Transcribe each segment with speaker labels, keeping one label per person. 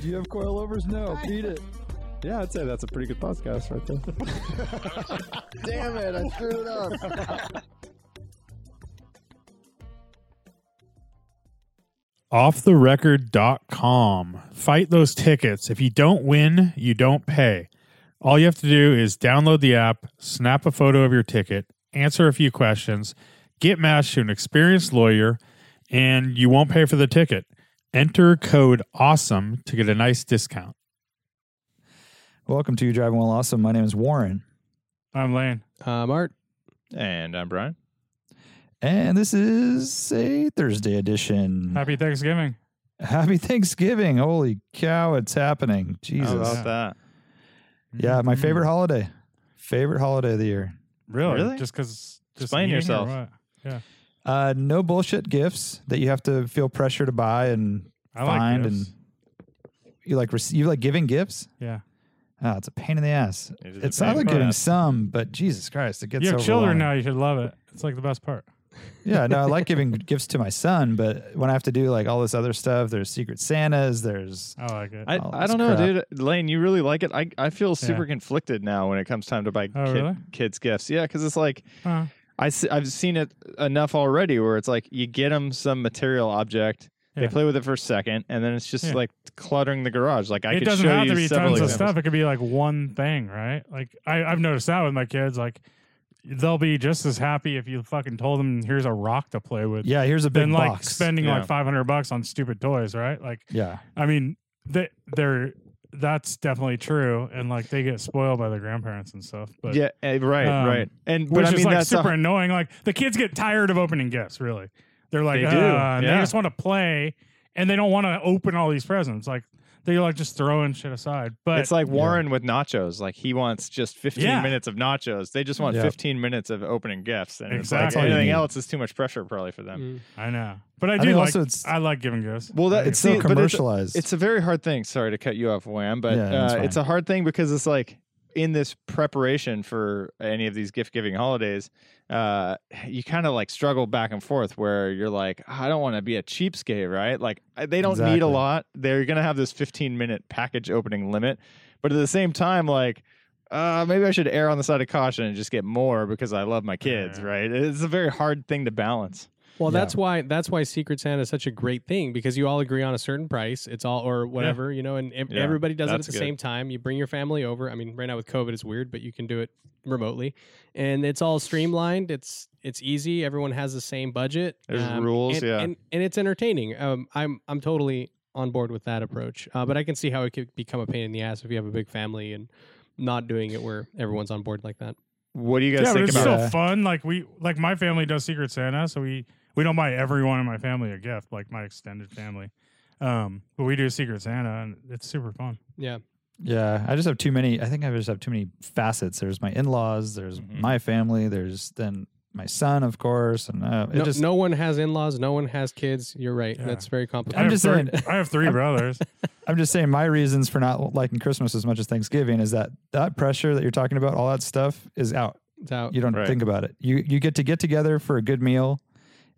Speaker 1: Do you have coilovers? No, beat it. Yeah, I'd say that's a pretty good podcast right there.
Speaker 2: Damn it, I threw it up.
Speaker 3: offtherecord.com. Fight those tickets. If you don't win, you don't pay. All you have to do is download the app, snap a photo of your ticket, answer a few questions, get matched to an experienced lawyer, and you won't pay for the ticket. Enter code AWESOME to get a nice discount.
Speaker 4: Welcome to Driving Well Awesome. My name is Warren,
Speaker 3: I'm Lane.
Speaker 5: Um, Art,
Speaker 6: And I'm Brian.
Speaker 4: and this is a Thursday edition.
Speaker 3: Happy Thanksgiving.
Speaker 4: Happy Thanksgiving. Holy cow, it's happening.
Speaker 6: How
Speaker 3: Oh,
Speaker 4: Jesus.
Speaker 6: about that?
Speaker 4: yeah,
Speaker 3: Mm-hmm.
Speaker 4: my favorite holiday. Favorite holiday of the year.
Speaker 3: Really?
Speaker 6: Really?
Speaker 3: Just because.
Speaker 6: Explain yourself.
Speaker 4: Uh, no bullshit gifts that you have to feel pressure to buy and
Speaker 3: I
Speaker 4: Find
Speaker 3: like this.
Speaker 4: and- you like rec- you like giving gifts?
Speaker 3: Yeah.
Speaker 4: Oh, it's a pain in the ass.
Speaker 6: It is a
Speaker 4: It's not
Speaker 6: big
Speaker 4: like
Speaker 6: part.
Speaker 4: getting some, but Jesus Christ, it gets
Speaker 3: You have children
Speaker 4: overwhelming.
Speaker 3: now. You should love it. It's like the best part.
Speaker 4: Yeah, no, I like giving gifts to my son, but when I have to do like all this other stuff, there's Secret Santas, there's
Speaker 3: I like it.
Speaker 6: I,
Speaker 4: all
Speaker 6: I
Speaker 4: this
Speaker 6: don't know,
Speaker 4: crap.
Speaker 6: dude. Lane, you really like it. I, I feel super conflicted now when it comes time to buy
Speaker 3: Oh,
Speaker 6: kid,
Speaker 3: really?
Speaker 6: kids gifts. Yeah, because it's like
Speaker 3: Huh.
Speaker 6: I see, I've seen it enough already where it's like you get them some material object,
Speaker 3: Yeah.
Speaker 6: they play with it for a second, and then it's just
Speaker 3: Yeah.
Speaker 6: like cluttering the garage. Like I
Speaker 3: it
Speaker 6: could
Speaker 3: doesn't
Speaker 6: show
Speaker 3: have
Speaker 6: you
Speaker 3: to be
Speaker 6: several
Speaker 3: tons of
Speaker 6: examples.
Speaker 3: stuff. It could be like one thing, right? Like I, I've noticed that with my kids. Like they'll be just as happy if you fucking told them here's a rock to play with.
Speaker 4: Yeah, here's a big
Speaker 3: Than like
Speaker 4: box.
Speaker 3: spending
Speaker 6: Yeah.
Speaker 3: like five hundred bucks on stupid toys, right? Like
Speaker 4: yeah,
Speaker 3: I mean, they, they're that's definitely true, and like they get spoiled by their grandparents and stuff. But
Speaker 6: Yeah, eh, right,
Speaker 3: um,
Speaker 6: right. And but
Speaker 3: which
Speaker 6: I mean
Speaker 3: is like
Speaker 6: that's a-
Speaker 3: super annoying. Like the kids get tired of opening gifts. Really, they're like,
Speaker 6: They
Speaker 3: "Ah,"
Speaker 6: do,
Speaker 3: and they
Speaker 6: yeah.
Speaker 3: just want to play, and they don't want to open all these presents. Like they're like just throwing shit aside. But
Speaker 6: it's like Warren with nachos. Like he wants just 15
Speaker 3: Yeah.
Speaker 6: minutes of nachos. They just want
Speaker 4: Yeah.
Speaker 6: 15 minutes of opening gifts, and it's
Speaker 3: Exactly.
Speaker 6: like anything
Speaker 4: Yeah.
Speaker 6: else is too much pressure probably for them.
Speaker 3: I know, but I
Speaker 4: I
Speaker 3: do
Speaker 4: think
Speaker 3: like.
Speaker 4: also it's-
Speaker 3: I like giving gifts.
Speaker 6: Well, that,
Speaker 4: it's
Speaker 6: see,
Speaker 4: so
Speaker 6: but it's-
Speaker 4: commercialized.
Speaker 6: It's a very hard thing. Sorry to cut you off, Wham, but
Speaker 4: Yeah, that's
Speaker 6: uh, it's
Speaker 4: fine.
Speaker 6: a hard thing because it's like in this preparation for any of these gift giving holidays, uh, you kind of like struggle back and forth where you're like, I don't want to be a cheapskate, right? Like I- they don't need a
Speaker 4: Exactly.
Speaker 6: lot. They're gonna have this 15 minute package opening limit, but at the same time, like. Uh, maybe I should err on the side of caution and just get more because I love my kids,
Speaker 3: Yeah.
Speaker 6: right? It's a very hard thing to balance.
Speaker 5: Well,
Speaker 4: Yeah.
Speaker 5: that's why that's why Secret Santa is such a great thing because you all agree on a certain price. It's all or whatever you know, and ev-
Speaker 6: Yeah,
Speaker 5: everybody does it at
Speaker 6: that's
Speaker 5: the
Speaker 6: good.
Speaker 5: same time. You bring your family over. I mean, right now with COVID, it's weird, but you can do it remotely, and it's all streamlined. It's it's easy. Everyone has the same budget. Um,
Speaker 6: There's rules,
Speaker 5: and,
Speaker 6: yeah.
Speaker 5: and, and it's entertaining. Um, I'm I'm totally on board with that approach, uh, but I can see how it could become a pain in the ass if you have a big family and not doing it where everyone's on board like that.
Speaker 6: What do you guys
Speaker 3: yeah, but
Speaker 6: think
Speaker 3: it's
Speaker 6: about
Speaker 3: still
Speaker 6: it?
Speaker 4: Yeah.
Speaker 3: fun. Like we, like my family does Secret Santa, so we we don't buy everyone in my family a gift, like my extended family. Um, but we do Secret Santa, and it's super fun.
Speaker 5: Yeah.
Speaker 4: yeah. I just have too many. I think I just have too many facets. There's my in-laws. There's
Speaker 3: Mm-hmm.
Speaker 6: Mhm.
Speaker 4: my family. There's then my son, of course, and uh, it
Speaker 5: No,
Speaker 4: just
Speaker 5: no one has in laws. No one has kids. You're right.
Speaker 3: Yeah.
Speaker 5: That's very complicated.
Speaker 3: I have
Speaker 4: just
Speaker 3: three,
Speaker 4: saying-
Speaker 3: I have three brothers.
Speaker 4: I'm just saying my reasons for not liking Christmas as much as Thanksgiving is that that pressure that you're talking about, all that stuff is out.
Speaker 5: It's out.
Speaker 4: You don't
Speaker 6: Oh, Right.
Speaker 4: think about it. You you get to get together for a good meal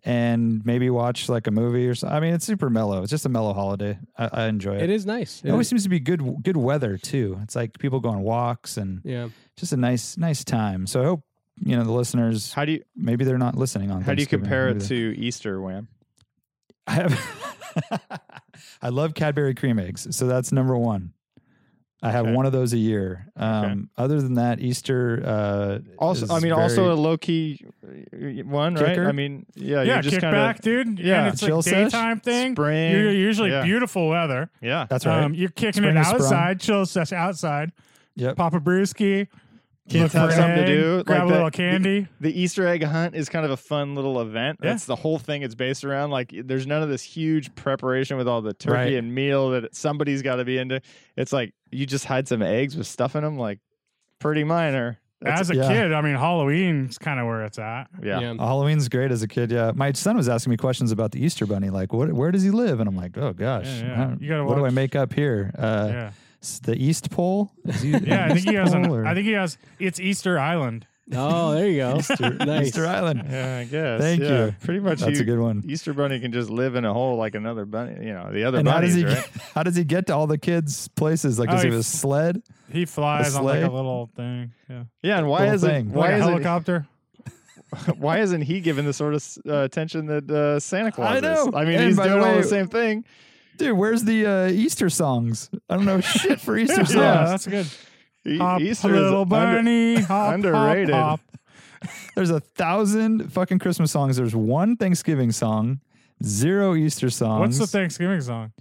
Speaker 4: and maybe watch like a movie or something. I mean, it's super mellow. It's just a mellow holiday. I, I enjoy it.
Speaker 5: It is nice.
Speaker 4: It always seems to be good good weather too. It's like people go on walks and
Speaker 5: yeah.
Speaker 4: just a nice nice time. So I hope you know the listeners.
Speaker 6: How do you
Speaker 4: Maybe they're not listening on.
Speaker 6: how do you
Speaker 4: Thanksgiving.
Speaker 6: compare it
Speaker 4: Maybe they-
Speaker 6: to Easter, Wham?
Speaker 4: I have. I love Cadbury cream eggs, so that's number one. I have
Speaker 6: Okay.
Speaker 4: one of those a year. Um, Other than that, Easter. Uh,
Speaker 6: Also, I
Speaker 4: is
Speaker 6: mean, also
Speaker 4: very-
Speaker 6: a low key one, right?
Speaker 4: Kicker?
Speaker 6: I mean, yeah,
Speaker 3: yeah,
Speaker 6: you're just
Speaker 3: kick
Speaker 6: kind
Speaker 3: back,
Speaker 6: of
Speaker 3: dude.
Speaker 6: yeah,
Speaker 3: and it's
Speaker 4: chill
Speaker 3: like
Speaker 4: sesh,
Speaker 3: daytime thing.
Speaker 6: spring,
Speaker 3: You're usually
Speaker 6: yeah.
Speaker 3: beautiful weather.
Speaker 6: yeah.
Speaker 4: that's right.
Speaker 3: Um, you're kicking
Speaker 4: Spring
Speaker 3: it
Speaker 4: is sprung.
Speaker 3: outside, chill sesh outside.
Speaker 4: Yep.
Speaker 3: Papa Brewski, Look
Speaker 6: Kids have
Speaker 3: for an
Speaker 6: something
Speaker 3: egg,
Speaker 6: to do.
Speaker 3: Grab
Speaker 6: like
Speaker 3: a
Speaker 6: the-
Speaker 3: little candy.
Speaker 6: The Easter egg hunt is kind of a fun little event.
Speaker 3: Yeah.
Speaker 6: That's the whole thing it's based around. Like, there's none of this huge preparation with all the turkey
Speaker 4: Right.
Speaker 6: and meal that somebody's got to be into. It's like you just hide some eggs with stuff in them. Like, pretty minor. That's
Speaker 3: As a
Speaker 4: yeah.
Speaker 3: kid, I mean, Halloween's kind of where it's at.
Speaker 6: yeah.
Speaker 4: Halloween's great as a kid. Yeah, my son was asking me questions about the Easter Bunny, like what, where does he live? And I'm like, oh gosh,
Speaker 3: Yeah, yeah.
Speaker 4: I-
Speaker 3: You gotta
Speaker 4: what do I
Speaker 3: watch-
Speaker 4: make up here? Uh,
Speaker 3: Yeah,
Speaker 4: s- The East Pole? Is he-
Speaker 3: yeah. I think he has.
Speaker 4: East Pole
Speaker 3: An,
Speaker 4: or-
Speaker 3: I think he has. It's Easter Island.
Speaker 5: Oh, there you go. nice.
Speaker 4: Easter Island.
Speaker 6: Yeah, I guess.
Speaker 4: Thank
Speaker 6: yeah.
Speaker 4: you.
Speaker 6: Pretty much
Speaker 4: That's
Speaker 6: you-
Speaker 4: a good one.
Speaker 6: Easter bunny can just live in a hole like another bunny, you know, the other
Speaker 4: And how
Speaker 6: bunnies,
Speaker 4: does he
Speaker 6: right?
Speaker 4: get, how does he get to all the kids' places? Like
Speaker 3: Oh,
Speaker 4: does he
Speaker 3: he
Speaker 4: have a
Speaker 3: f-
Speaker 4: sled?
Speaker 3: He flies on like
Speaker 4: sleigh?
Speaker 3: a little thing. Yeah,
Speaker 6: Yeah, and why
Speaker 4: Little
Speaker 6: isn't
Speaker 4: thing.
Speaker 6: why
Speaker 3: like a
Speaker 6: isn't
Speaker 3: helicopter.
Speaker 6: why isn't he given the sort of uh, attention that uh, Santa Claus?
Speaker 4: I know.
Speaker 6: Is? I mean,
Speaker 4: And
Speaker 6: he's
Speaker 4: by the
Speaker 6: doing all
Speaker 4: way-
Speaker 6: the same thing.
Speaker 4: Dude, where's the uh, Easter songs? I don't know shit for Easter songs.
Speaker 3: Yeah, that's good.
Speaker 6: E-
Speaker 3: Hop,
Speaker 6: Easter is
Speaker 3: little
Speaker 6: under-
Speaker 3: bunny, hop,
Speaker 6: underrated.
Speaker 3: Hop, hop.
Speaker 4: There's a thousand fucking Christmas songs. There's one Thanksgiving song, zero Easter songs.
Speaker 3: What's the Thanksgiving song?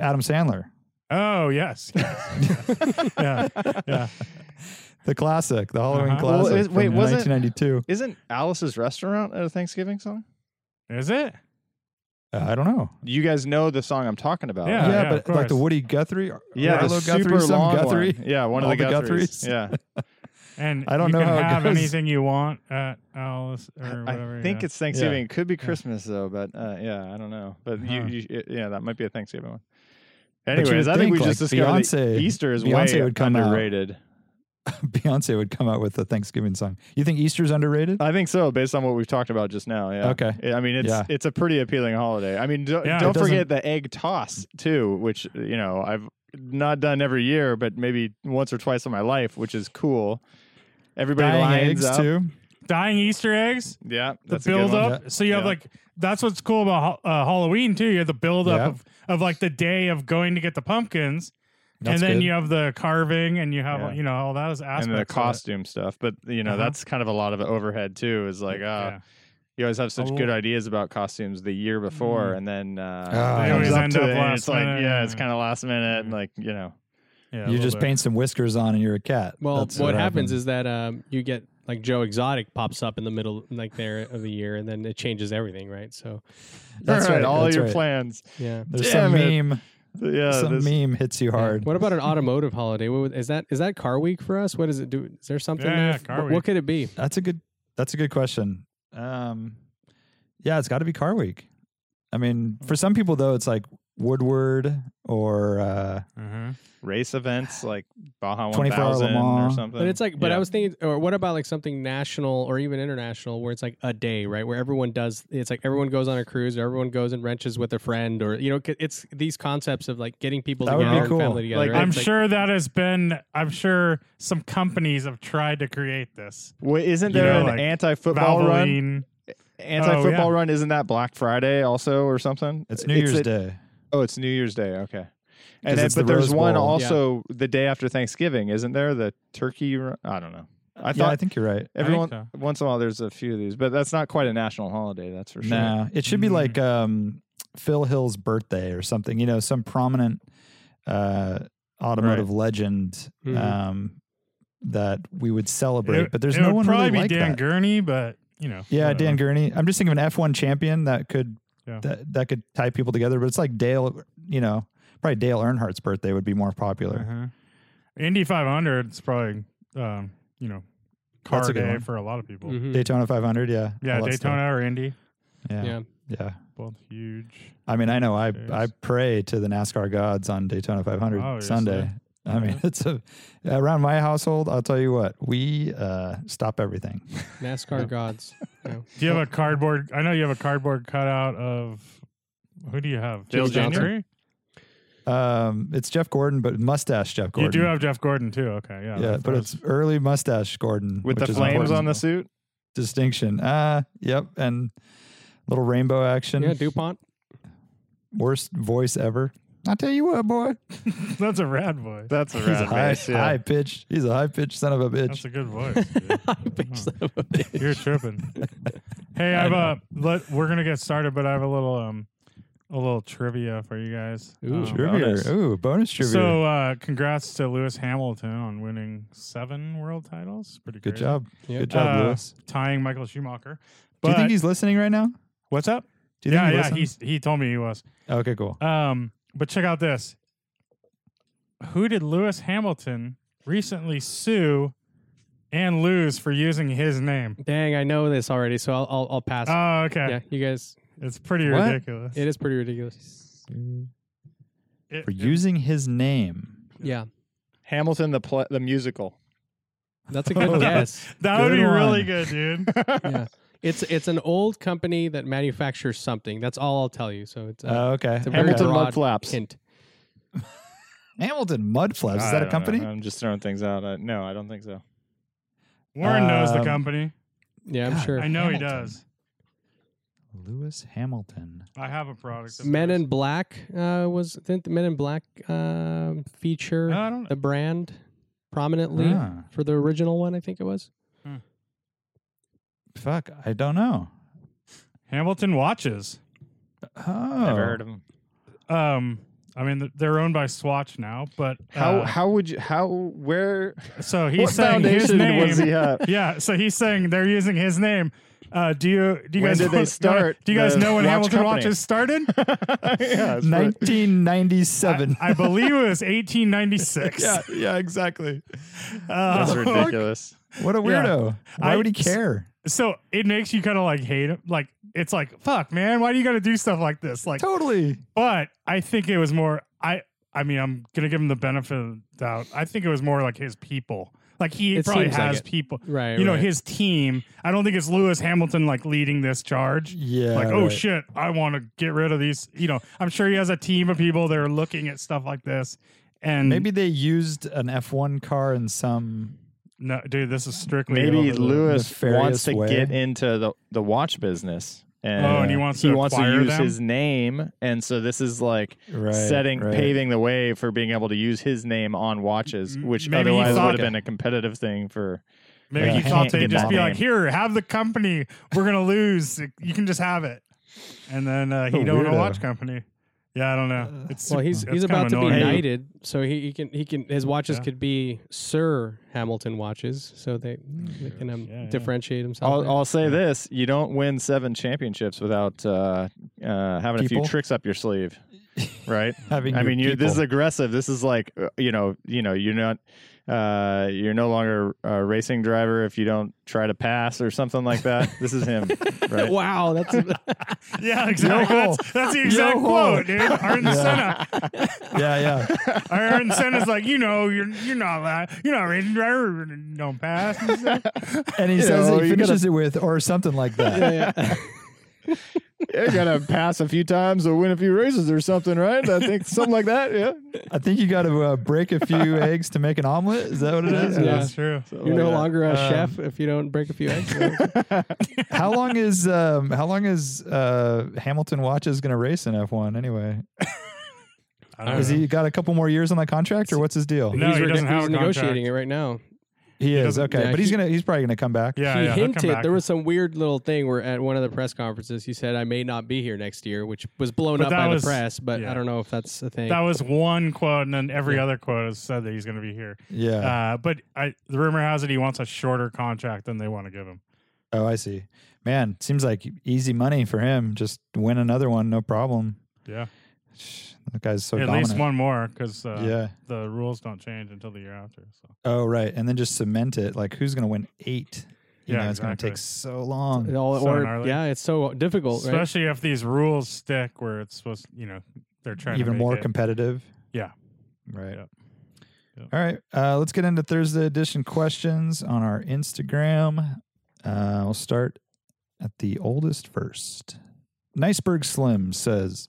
Speaker 4: Adam Sandler,
Speaker 3: Oh yes, yeah, yeah.
Speaker 4: the classic, the Halloween
Speaker 3: Uh-huh.
Speaker 6: Well,
Speaker 4: classic.
Speaker 6: is- wait,
Speaker 4: from
Speaker 6: wasn't-
Speaker 4: 1992?
Speaker 6: Isn't Alice's Restaurant a Thanksgiving song?
Speaker 3: Is it?
Speaker 4: Uh, I don't know.
Speaker 6: You guys know the song I'm talking about.
Speaker 3: Yeah,
Speaker 6: right?
Speaker 4: yeah,
Speaker 3: yeah, of
Speaker 4: but like the
Speaker 3: course.
Speaker 4: Woody Guthrie, or-
Speaker 6: Yeah, the
Speaker 4: Arlo
Speaker 6: super
Speaker 4: Guthrie, some
Speaker 6: long
Speaker 4: Guthrie.
Speaker 6: one. Yeah, one
Speaker 4: All
Speaker 6: of the,
Speaker 4: the
Speaker 6: Guthries.
Speaker 4: Guthries.
Speaker 6: Yeah,
Speaker 3: And
Speaker 4: I don't
Speaker 3: you
Speaker 4: know
Speaker 3: can
Speaker 4: how it
Speaker 3: have
Speaker 4: goes.
Speaker 3: anything you want at Alice or whatever.
Speaker 6: I think
Speaker 3: yeah.
Speaker 6: it's Thanksgiving. It could be Christmas though, but uh, yeah, I don't know. But you,
Speaker 3: Huh.
Speaker 6: you it, yeah, that might be a Thanksgiving one.
Speaker 4: you would
Speaker 6: Anyways, I think,
Speaker 4: think,
Speaker 6: we
Speaker 4: like,
Speaker 6: just discovered that
Speaker 4: Beyonce-
Speaker 6: Easter is way
Speaker 4: Beyonce would come out.
Speaker 6: underrated.
Speaker 4: Beyonce would come out with a Thanksgiving song. You think Easter's underrated?
Speaker 6: I think so, based on what we've talked about just now. Yeah.
Speaker 4: Okay.
Speaker 6: I mean, it's
Speaker 4: Yeah.
Speaker 6: it's a pretty appealing holiday. I mean, do,
Speaker 3: Yeah,
Speaker 6: don't
Speaker 4: it
Speaker 6: forget the egg toss too, which you know I've not done every year, but maybe once or twice in my life, which is cool. Everybody
Speaker 4: Dying
Speaker 6: lines
Speaker 4: eggs
Speaker 6: up.
Speaker 4: too.
Speaker 3: dying Easter eggs.
Speaker 6: Yeah,
Speaker 3: the
Speaker 6: that's a good
Speaker 3: build
Speaker 6: one.
Speaker 3: up. So you have
Speaker 6: Yeah.
Speaker 3: like that's what's cool about Ha- uh, Halloween too. You have the build up
Speaker 4: Yeah.
Speaker 3: of, of like the day of going to get the pumpkins,
Speaker 4: That's
Speaker 3: and then
Speaker 4: good.
Speaker 3: you have the carving, and you have
Speaker 6: Yeah.
Speaker 3: you know all that is aspects.
Speaker 6: And
Speaker 3: of
Speaker 6: the
Speaker 3: it.
Speaker 6: costume stuff, but you know
Speaker 3: Uh-huh.
Speaker 6: that's kind of a lot of overhead too. Is like,
Speaker 3: Yeah.
Speaker 6: uh, you always have such
Speaker 3: Oh.
Speaker 6: good ideas about costumes the year before, and then uh,
Speaker 4: Ah,
Speaker 6: it
Speaker 4: They
Speaker 6: comes
Speaker 4: always
Speaker 3: end
Speaker 6: to
Speaker 3: up
Speaker 6: it, and
Speaker 3: last
Speaker 6: it's like,
Speaker 3: minute.
Speaker 6: yeah, it's kind of last minute, and like you know,
Speaker 3: Yeah, a
Speaker 4: you
Speaker 3: little
Speaker 4: just
Speaker 3: bit.
Speaker 4: paint some whiskers on and you're a cat.
Speaker 5: Well,
Speaker 4: That's
Speaker 5: what,
Speaker 4: happens
Speaker 5: happens is that um, you get like Joe Exotic pops up in the middle, like there of the year, and then it changes everything, right? So
Speaker 4: that's
Speaker 6: all
Speaker 4: right.
Speaker 6: all
Speaker 4: that's
Speaker 6: your
Speaker 4: right.
Speaker 6: plans.
Speaker 5: yeah.
Speaker 4: There's
Speaker 6: Damn
Speaker 4: some
Speaker 6: it.
Speaker 4: meme.
Speaker 6: Yeah,
Speaker 4: some
Speaker 6: this-
Speaker 4: meme hits you hard.
Speaker 5: What about an automotive holiday? What would, is that is that car week for us? What does it do? Is there something?
Speaker 3: Yeah,
Speaker 5: there?
Speaker 3: yeah, car
Speaker 5: What-
Speaker 3: week.
Speaker 5: What could it be?
Speaker 4: That's a good. That's a good question. Um, yeah, it's got to be Car Week. I mean,
Speaker 6: Mm.
Speaker 4: for some people though, it's like Woodward or uh,
Speaker 3: Uh-huh.
Speaker 6: race events like Baja
Speaker 4: 24 hour Le
Speaker 6: 1000 or
Speaker 4: Mans.
Speaker 6: something.
Speaker 5: But it's like, but
Speaker 6: Yeah.
Speaker 5: I was thinking, or what about like something national or even international where it's like a day, right? Where everyone does, it's like everyone goes on a cruise or everyone goes and wrenches with a friend or, you know, c- it's these concepts of like getting people
Speaker 4: That would
Speaker 5: together,
Speaker 4: be
Speaker 5: and
Speaker 4: cool.
Speaker 5: family together.
Speaker 6: Like,
Speaker 5: right?
Speaker 3: I'm
Speaker 5: It's like-
Speaker 3: sure that has been. I'm sure some companies have tried to create this.
Speaker 6: Wait, isn't
Speaker 3: you
Speaker 6: there
Speaker 3: know,
Speaker 6: an
Speaker 3: like
Speaker 6: anti-football run?
Speaker 3: Valvoline.
Speaker 6: Anti-football
Speaker 3: yeah.
Speaker 6: run isn't that Black Friday also or something?
Speaker 4: it's New Year's
Speaker 6: a-
Speaker 4: Day.
Speaker 6: Oh, it's New Year's Day. Okay. And
Speaker 4: 'Cause
Speaker 6: then,
Speaker 4: it's
Speaker 6: but
Speaker 4: the
Speaker 6: there's
Speaker 4: Rose
Speaker 6: one
Speaker 4: Bowl. Yeah.
Speaker 6: also the day after Thanksgiving, isn't there? The turkey. Run? I don't know. I
Speaker 4: yeah,
Speaker 6: thought
Speaker 4: I think you're right.
Speaker 3: think
Speaker 6: everyone
Speaker 3: so.
Speaker 6: once in a while there's a few of these, but that's not quite a national holiday. That's for sure.
Speaker 4: Nah, it
Speaker 3: Mm-hmm.
Speaker 4: should be like um, Phil Hill's birthday or something. You know, some prominent uh, automotive legend
Speaker 5: Mhm.
Speaker 4: um, that we would celebrate.
Speaker 3: Mm-hmm. It-
Speaker 4: but there's
Speaker 3: it
Speaker 4: no
Speaker 3: would
Speaker 4: one
Speaker 3: probably
Speaker 4: really
Speaker 3: be
Speaker 4: like
Speaker 3: Dan
Speaker 4: that.
Speaker 3: Gurney, but you know.
Speaker 4: Yeah,
Speaker 3: whatever.
Speaker 4: Dan Gurney. I'm just thinking of an F1 champion that could
Speaker 3: Yeah.
Speaker 4: that, that could tie people together. But it's like Dale, you know, probably Dale Earnhardt's birthday would be more popular.
Speaker 3: Uh-huh. Indy 500 is probably, um, you know, car
Speaker 4: That's a good
Speaker 3: day
Speaker 4: one.
Speaker 3: for a lot of people.
Speaker 5: Mhm.
Speaker 4: Daytona 500, yeah,
Speaker 3: Yeah,
Speaker 4: all that stuff.
Speaker 3: Daytona or Indy,
Speaker 4: Yeah, yeah,
Speaker 5: Yeah.
Speaker 3: both huge.
Speaker 4: I mean, I know I
Speaker 3: Cheers.
Speaker 4: I pray to the NASCAR gods on Daytona 500
Speaker 6: Oh,
Speaker 3: Obviously.
Speaker 4: Sunday. I mean, it's a around my household. I'll tell you what, we uh, stop everything.
Speaker 5: NASCAR gods.
Speaker 3: Do you have a cardboard? I know you have a cardboard cutout of who do you have?
Speaker 5: Dale
Speaker 3: Jeff Jr.?
Speaker 5: Johnson.
Speaker 4: Um, it's Jeff Gordon, but mustache Jeff Gordon.
Speaker 3: You do have Jeff Gordon too. Okay, yeah.
Speaker 4: yeah,
Speaker 3: that
Speaker 4: but
Speaker 3: throws-
Speaker 4: it's early mustache Gordon
Speaker 6: With
Speaker 4: which
Speaker 6: the
Speaker 4: is
Speaker 6: flames
Speaker 4: important.
Speaker 6: on the suit?
Speaker 4: distinction. Ah, yep, and little rainbow action.
Speaker 5: Yeah, DuPont.
Speaker 4: Worst voice ever. I tell you what, boy,
Speaker 3: that's a rad voice.
Speaker 6: That's a
Speaker 4: he's
Speaker 6: rad
Speaker 4: high,
Speaker 6: base, yeah.
Speaker 4: high pitched. He's a high pitched son of a bitch.
Speaker 3: That's a good voice. dude.
Speaker 5: You're
Speaker 3: You're tripping. hey, I've uh, let, we're gonna get started, but I have a little um a little trivia for you guys.
Speaker 5: Ooh.
Speaker 3: Um,
Speaker 4: Trivia.
Speaker 6: oh, bonus.
Speaker 4: Ooh, bonus trivia.
Speaker 3: So, uh, congrats to Lewis Hamilton on winning seven world titles. Pretty
Speaker 4: good
Speaker 3: crazy.
Speaker 4: job.
Speaker 5: Yeah.
Speaker 4: Good job,
Speaker 3: Uh,
Speaker 4: Lewis.
Speaker 3: tying Michael Schumacher.
Speaker 4: Do
Speaker 3: But
Speaker 4: you think he's listening right now?
Speaker 3: what's up?
Speaker 4: Do you
Speaker 3: yeah,
Speaker 4: think he
Speaker 3: yeah,
Speaker 4: listens?
Speaker 3: he's, he told me he was.
Speaker 4: okay, cool.
Speaker 3: Um, but check out this. Who did Lewis Hamilton recently sue and lose for using his name?
Speaker 5: Dang, I know this already, so I'll I'll, I'll pass.
Speaker 3: Oh, okay.
Speaker 5: yeah, you guys,
Speaker 3: It's pretty
Speaker 4: What?
Speaker 3: ridiculous.
Speaker 5: it is pretty ridiculous.
Speaker 3: It-
Speaker 4: For
Speaker 3: it-
Speaker 4: using his name.
Speaker 5: Yeah,
Speaker 6: Hamilton the pl- the musical.
Speaker 5: that's a good guess.
Speaker 3: that would
Speaker 4: Good
Speaker 3: be really
Speaker 4: one.
Speaker 3: good, dude.
Speaker 5: Yeah, it's it's an old company that manufactures something. That's all I'll tell you. So it's uh,
Speaker 4: Oh, okay.
Speaker 5: it's a very
Speaker 6: Hamilton
Speaker 4: Hamilton,
Speaker 5: broad
Speaker 6: Mudflaps.
Speaker 5: hint.
Speaker 4: Hamilton Mudflaps. Is
Speaker 6: I
Speaker 4: that a
Speaker 6: don't know.
Speaker 4: company?
Speaker 6: I'm just throwing things out. Uh, no, I don't think so.
Speaker 3: Warren knows the
Speaker 4: Um,
Speaker 3: company.
Speaker 5: Yeah, I'm
Speaker 4: God,
Speaker 5: sure.
Speaker 3: I know he
Speaker 4: Hamilton.
Speaker 3: does.
Speaker 4: Lewis Hamilton.
Speaker 3: I have a product. of
Speaker 5: Men
Speaker 3: theirs.
Speaker 5: in Black uh, was didn't the Men in Black um, feature
Speaker 3: I don't-
Speaker 5: the brand prominently
Speaker 4: Ah.
Speaker 5: for the original one. I think it was.
Speaker 4: Fuck, I don't know.
Speaker 3: Hamilton watches.
Speaker 4: Oh.
Speaker 6: Never heard of him.
Speaker 3: Um, I mean, th- they're owned by Swatch now, but
Speaker 6: How
Speaker 3: uh,
Speaker 6: how would you how where
Speaker 3: so
Speaker 6: what
Speaker 3: he's saying his
Speaker 6: foundation
Speaker 3: name.
Speaker 6: was he at?
Speaker 3: yeah, so he's saying they're using his name. Uh, do you do you
Speaker 6: When
Speaker 3: guys
Speaker 6: did they
Speaker 3: know-
Speaker 6: start
Speaker 3: Do you guys
Speaker 6: the
Speaker 3: know when
Speaker 6: watch
Speaker 3: Hamilton
Speaker 6: company?
Speaker 3: watches started?
Speaker 6: yeah, it's pretty-
Speaker 4: 1997.
Speaker 3: I believe it was 1896.
Speaker 4: yeah, yeah, exactly.
Speaker 3: Uh,
Speaker 6: that's ridiculous.
Speaker 4: What a weirdo. Why
Speaker 3: I-
Speaker 4: would he care?
Speaker 3: So it makes you kind of like hate him. Like it's like fuck, man. Why do you got to do stuff like this? Like,
Speaker 4: Totally.
Speaker 3: but I think it was more. I I mean, I'm gonna give him the benefit of the doubt. I think it was more like his people. Like he
Speaker 5: It
Speaker 3: probably
Speaker 5: seems like
Speaker 3: has
Speaker 5: it.
Speaker 3: people.
Speaker 5: Right.
Speaker 3: you know
Speaker 5: right.
Speaker 3: his team. I don't think it's Lewis Hamilton like leading this charge.
Speaker 4: Yeah.
Speaker 3: like, oh
Speaker 4: right.
Speaker 3: shit, I want to get rid of these. You know, I'm sure he has a team of people that are looking at stuff like this. And
Speaker 4: Maybe they used an F1 car in some.
Speaker 3: no, dude, this is strictly
Speaker 6: Maybe
Speaker 3: over the-
Speaker 6: Lewis wants
Speaker 4: nefarious
Speaker 6: to
Speaker 4: way.
Speaker 6: get into the, the watch business. And
Speaker 3: Oh, and he wants
Speaker 6: he
Speaker 3: to
Speaker 6: wants to
Speaker 3: acquire
Speaker 6: use
Speaker 3: them?
Speaker 6: his name, and so this is like
Speaker 4: Right,
Speaker 6: setting,
Speaker 4: right.
Speaker 6: paving the way for being able to use his name on watches,
Speaker 3: M-
Speaker 6: which
Speaker 3: maybe he
Speaker 6: otherwise
Speaker 3: thought-
Speaker 6: would have been a competitive thing for.
Speaker 3: Maybe
Speaker 4: Yeah.
Speaker 3: he thought
Speaker 6: Can't
Speaker 3: they'd
Speaker 6: get
Speaker 3: just
Speaker 6: that
Speaker 3: be like,
Speaker 6: name.
Speaker 3: here, have the company. We're gonna lose. You can just have it. And then uh, he
Speaker 4: What a
Speaker 3: don't own a
Speaker 4: weirdo.
Speaker 3: watch company. Yeah, I don't know. It's
Speaker 5: well, he's
Speaker 3: it's
Speaker 5: he's
Speaker 3: kind of
Speaker 5: about to be
Speaker 3: annoying.
Speaker 5: knighted, so he, he can he can his watches
Speaker 3: Yeah.
Speaker 5: could be Sir Hamilton watches, so they, they can um,
Speaker 3: Yeah, yeah.
Speaker 5: differentiate himself.
Speaker 6: I'll, I'll say this: you don't win seven championships without uh, uh, having a
Speaker 4: People?
Speaker 6: few tricks up your sleeve, right?
Speaker 4: Having
Speaker 6: I
Speaker 4: your
Speaker 6: mean, you this is
Speaker 4: people.
Speaker 6: aggressive. This is like uh, you know, you know, you're not, uh, you're no longer a racing driver if you don't try to pass or something like that. this is him, right?
Speaker 5: wow, that's
Speaker 3: Yeah, exactly.
Speaker 4: Yo-ho.
Speaker 3: That's, that's the exact
Speaker 4: Yo-ho.
Speaker 3: quote, dude. Arden
Speaker 4: Yeah.
Speaker 3: Senna.
Speaker 4: yeah, yeah.
Speaker 3: Arden Senna's like, you know, you're you're not allowed. You're not a racing driver. Don't pass. and stuff.
Speaker 4: And he
Speaker 6: You
Speaker 4: says
Speaker 6: know,
Speaker 4: he
Speaker 6: you gotta-
Speaker 4: finishes it with, or something like that.
Speaker 6: you gotta pass a few times or win a few races or something, right? I think something like that. Yeah,
Speaker 4: I think you got to uh, break a few eggs to make an omelet. Is that what it is?
Speaker 3: Yeah,
Speaker 5: Yeah.
Speaker 3: That's true.
Speaker 5: you're no longer a
Speaker 4: Um,
Speaker 5: chef if you don't break a few eggs.
Speaker 4: How long is um, how long is uh, Hamilton Watches going to race in F1 anyway?
Speaker 3: I don't
Speaker 4: Has
Speaker 3: know.
Speaker 4: he got a couple more years on that contract, or what's his deal?
Speaker 3: No,
Speaker 5: he's
Speaker 3: he
Speaker 5: reg-
Speaker 3: doesn't have
Speaker 5: he's
Speaker 3: a
Speaker 5: negotiating it right now.
Speaker 4: He is
Speaker 3: doesn't-
Speaker 4: okay,
Speaker 5: yeah,
Speaker 4: but he's
Speaker 5: he-
Speaker 4: gonna he's probably gonna come back.
Speaker 3: yeah,
Speaker 5: he
Speaker 3: yeah, he'll come
Speaker 5: hinted
Speaker 3: back.
Speaker 5: there was some weird little thing where at one of the press conferences he said I may not be here next year, which was blown
Speaker 3: But
Speaker 5: up
Speaker 3: that
Speaker 5: by
Speaker 3: was-
Speaker 5: the press. But
Speaker 3: yeah.
Speaker 5: I don't know if that's a thing.
Speaker 3: that was one quote, and then every other quote has said that he's going to be here.
Speaker 4: Yeah.
Speaker 3: Uh, but I, the rumor has it he wants a shorter contract than they want to give him.
Speaker 4: oh, I see. Man, seems like easy money for him. Just win another one, no problem.
Speaker 3: Yeah,
Speaker 4: Shh, That guy's so
Speaker 3: at
Speaker 4: dominant.
Speaker 3: least one more because uh,
Speaker 4: yeah.
Speaker 3: the rules don't change until the year after. So
Speaker 4: Oh, right. And then just cement it. Like, who's gonna win eight? You
Speaker 3: Yeah,
Speaker 4: know, it's
Speaker 3: exactly.
Speaker 4: gonna take so
Speaker 5: It
Speaker 4: long.
Speaker 5: all-
Speaker 3: so
Speaker 5: or-
Speaker 3: gnarly.
Speaker 5: yeah, it's so difficult. Right?
Speaker 3: especially if these rules stick, where it's supposed, you know, they're trying to
Speaker 4: Even
Speaker 3: make
Speaker 4: more
Speaker 3: it-
Speaker 4: competitive.
Speaker 3: Yeah.
Speaker 4: Right.
Speaker 3: Yep. Yep.
Speaker 4: All right. Uh, let's get into Thursday edition questions on our Instagram. Uh, we'll start at the oldest first. Niceberg Slim says,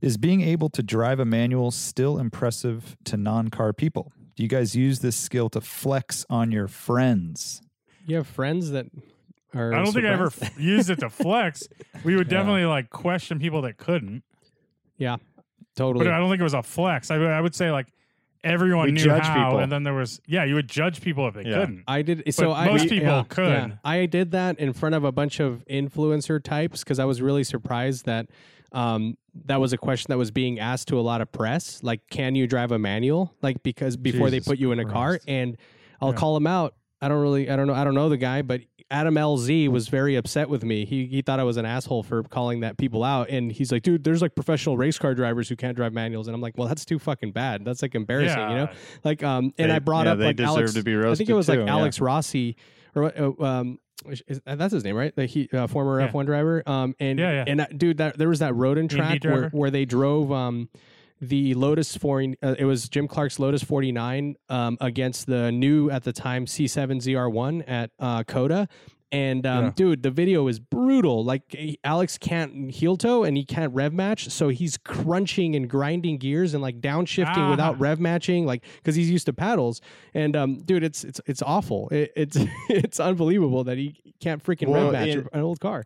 Speaker 4: "Is being able to drive a manual still impressive to non-car people? Do you guys use this skill to flex on your friends?"
Speaker 5: You have friends that are.
Speaker 3: I don't think I ever
Speaker 5: surprised?
Speaker 3: f- used it to flex. We would
Speaker 4: Yeah.
Speaker 3: definitely like question people that couldn't,
Speaker 5: totally.
Speaker 3: but I don't think it was a flex. I, would- I would say like everyone
Speaker 6: We
Speaker 3: knew
Speaker 6: judge
Speaker 3: how,
Speaker 6: people.
Speaker 3: and then there was yeah, you would judge people if they
Speaker 6: Yeah.
Speaker 3: couldn't.
Speaker 5: I did. so I,
Speaker 3: most
Speaker 5: we-
Speaker 3: people
Speaker 5: yeah,
Speaker 3: could.
Speaker 5: yeah. I did that in front of a bunch of influencer types because I was really surprised that um, that was a question that was being asked to a lot of press. Like, can you drive a manual? Like, because before
Speaker 4: Jesus
Speaker 5: they put you in a car,
Speaker 4: Christ.
Speaker 5: and I'll
Speaker 3: Yeah.
Speaker 5: call him out. I don't really, I don't know, I don't know the guy, but Adam LZ was very upset with me. He he thought I was an asshole for calling that people out, and he's like, dude, there's like professional race car drivers who can't drive manuals, and I'm like, well, that's too fucking bad. That's like embarrassing, you know?
Speaker 3: Yeah.
Speaker 5: Like, um, and
Speaker 6: They-
Speaker 5: I brought
Speaker 6: yeah,
Speaker 5: up
Speaker 6: they
Speaker 5: like
Speaker 6: deserve
Speaker 5: Alex.
Speaker 6: to be
Speaker 5: I
Speaker 6: roasted
Speaker 5: think it was like
Speaker 6: too, yeah.
Speaker 5: Alex Rossi, or uh, um, is- is- that's his name, right? Like he uh, former
Speaker 3: Yeah.
Speaker 5: F one driver. Um, and
Speaker 3: Yeah, yeah.
Speaker 5: and that, dude, that there was that road and
Speaker 3: Indy
Speaker 5: track where,
Speaker 3: driver.
Speaker 5: where they drove um the Lotus four. Uh, it was Jim Clark's Lotus forty nine um against the new at the time C seven ZR one at uh, Coda. And um,
Speaker 3: Yeah.
Speaker 5: dude, the video is brutal. Like eh, Alex can't heel toe and he can't rev match, so he's crunching and grinding gears and like downshifting
Speaker 3: Ah.
Speaker 5: without rev matching, like because he's used to paddles. And um, dude, it's it's it's awful. It, it's it's unbelievable that he can't freaking
Speaker 6: Well,
Speaker 5: rev match
Speaker 6: it-
Speaker 5: an old car.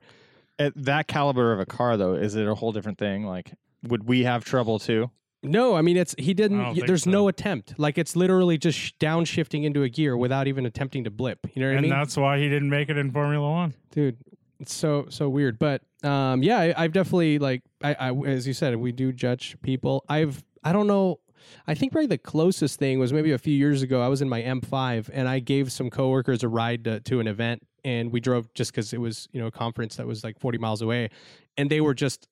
Speaker 6: At that caliber of a car, though, is it a whole different thing? Like, would we have trouble too?
Speaker 5: No, I mean it's he didn't.
Speaker 3: I don't
Speaker 5: y-
Speaker 3: think
Speaker 5: there's
Speaker 3: so.
Speaker 5: no attempt. Like it's literally just sh- downshifting into a gear without even attempting to blip. You know what I
Speaker 3: and
Speaker 5: mean?
Speaker 3: that's why he didn't make it in Formula One.
Speaker 5: dude it's so so weird but um yeah I, i've definitely like I, I as you said we do judge people i've i don't know i think probably the closest thing was maybe a few years ago i was in my m5 and i gave some coworkers a ride to, to an event and we drove just because it was you know a conference that was like 40 miles away and they were just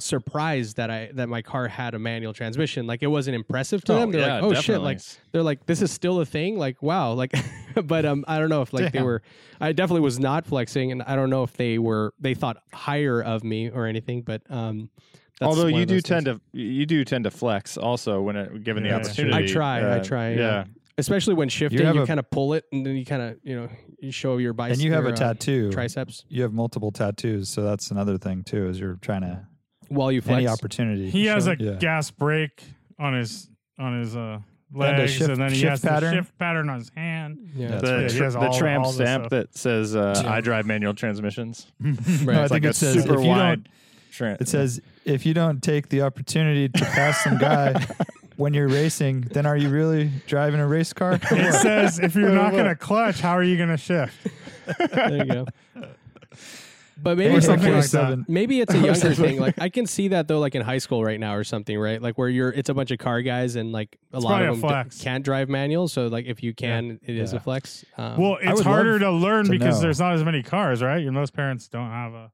Speaker 5: surprised that i that my car had a manual transmission like it wasn't impressive to them they're like oh shit like they're like this is still a thing like wow like but um i don't know if like they
Speaker 6: Damn.
Speaker 5: were i definitely was not flexing and i don't know if they were they thought higher of me or anything but um that's
Speaker 6: although
Speaker 5: one
Speaker 6: you
Speaker 5: of
Speaker 6: do
Speaker 5: those
Speaker 6: tend
Speaker 5: things.
Speaker 6: to you do tend to flex also when it, given
Speaker 3: Yeah,
Speaker 6: the
Speaker 3: that's
Speaker 6: opportunity. Uh,
Speaker 5: I try, I try, yeah.
Speaker 6: yeah.
Speaker 5: especially when shifting you,
Speaker 4: have a-
Speaker 5: kind of pull it and then you kind of you know you show your bicep
Speaker 4: and you have
Speaker 5: your,
Speaker 4: a
Speaker 5: uh,
Speaker 4: tattoo.
Speaker 5: triceps
Speaker 4: you have multiple tattoos, so that's another thing too. Is you're trying to
Speaker 5: while you
Speaker 4: any
Speaker 5: flex
Speaker 4: opportunity.
Speaker 3: He has a
Speaker 4: Yeah.
Speaker 3: gas brake on his on his uh
Speaker 4: a
Speaker 3: legs,
Speaker 4: shift-
Speaker 3: and then he
Speaker 4: shift
Speaker 3: has
Speaker 4: pattern?
Speaker 3: the shift pattern on his hand.
Speaker 5: yeah
Speaker 4: Yeah.
Speaker 6: the,
Speaker 3: right. He
Speaker 6: tr-
Speaker 3: has
Speaker 6: the
Speaker 3: all-
Speaker 6: tramp
Speaker 3: all this
Speaker 6: stamp
Speaker 3: stuff.
Speaker 6: that says uh, "I drive manual transmissions."
Speaker 4: No, I
Speaker 5: right
Speaker 6: It's like
Speaker 4: think
Speaker 6: a
Speaker 4: it says
Speaker 6: super
Speaker 4: if you
Speaker 6: wide.
Speaker 4: don't,
Speaker 6: Tramp.
Speaker 4: it says if you don't take the opportunity to pass some guy when you're racing, then are you really driving a race car?
Speaker 3: It says if you're not going to clutch, how are you going to shift?
Speaker 5: there you go but
Speaker 4: Or
Speaker 5: maybe
Speaker 3: something like that.
Speaker 4: seven.
Speaker 5: Maybe it's a younger thing. Like I can see that though, like in high school right now or something, right? Like where you're, it's a bunch of car guys and like a lot
Speaker 3: probably a
Speaker 5: of them d-
Speaker 3: flex.
Speaker 5: can't drive manuals. So like if you can, it is a flex. Um,
Speaker 3: Well, it's
Speaker 4: would
Speaker 3: harder
Speaker 4: love
Speaker 3: to learn
Speaker 4: to
Speaker 3: because
Speaker 4: know.
Speaker 3: there's not as many cars, right? Your most parents don't have a,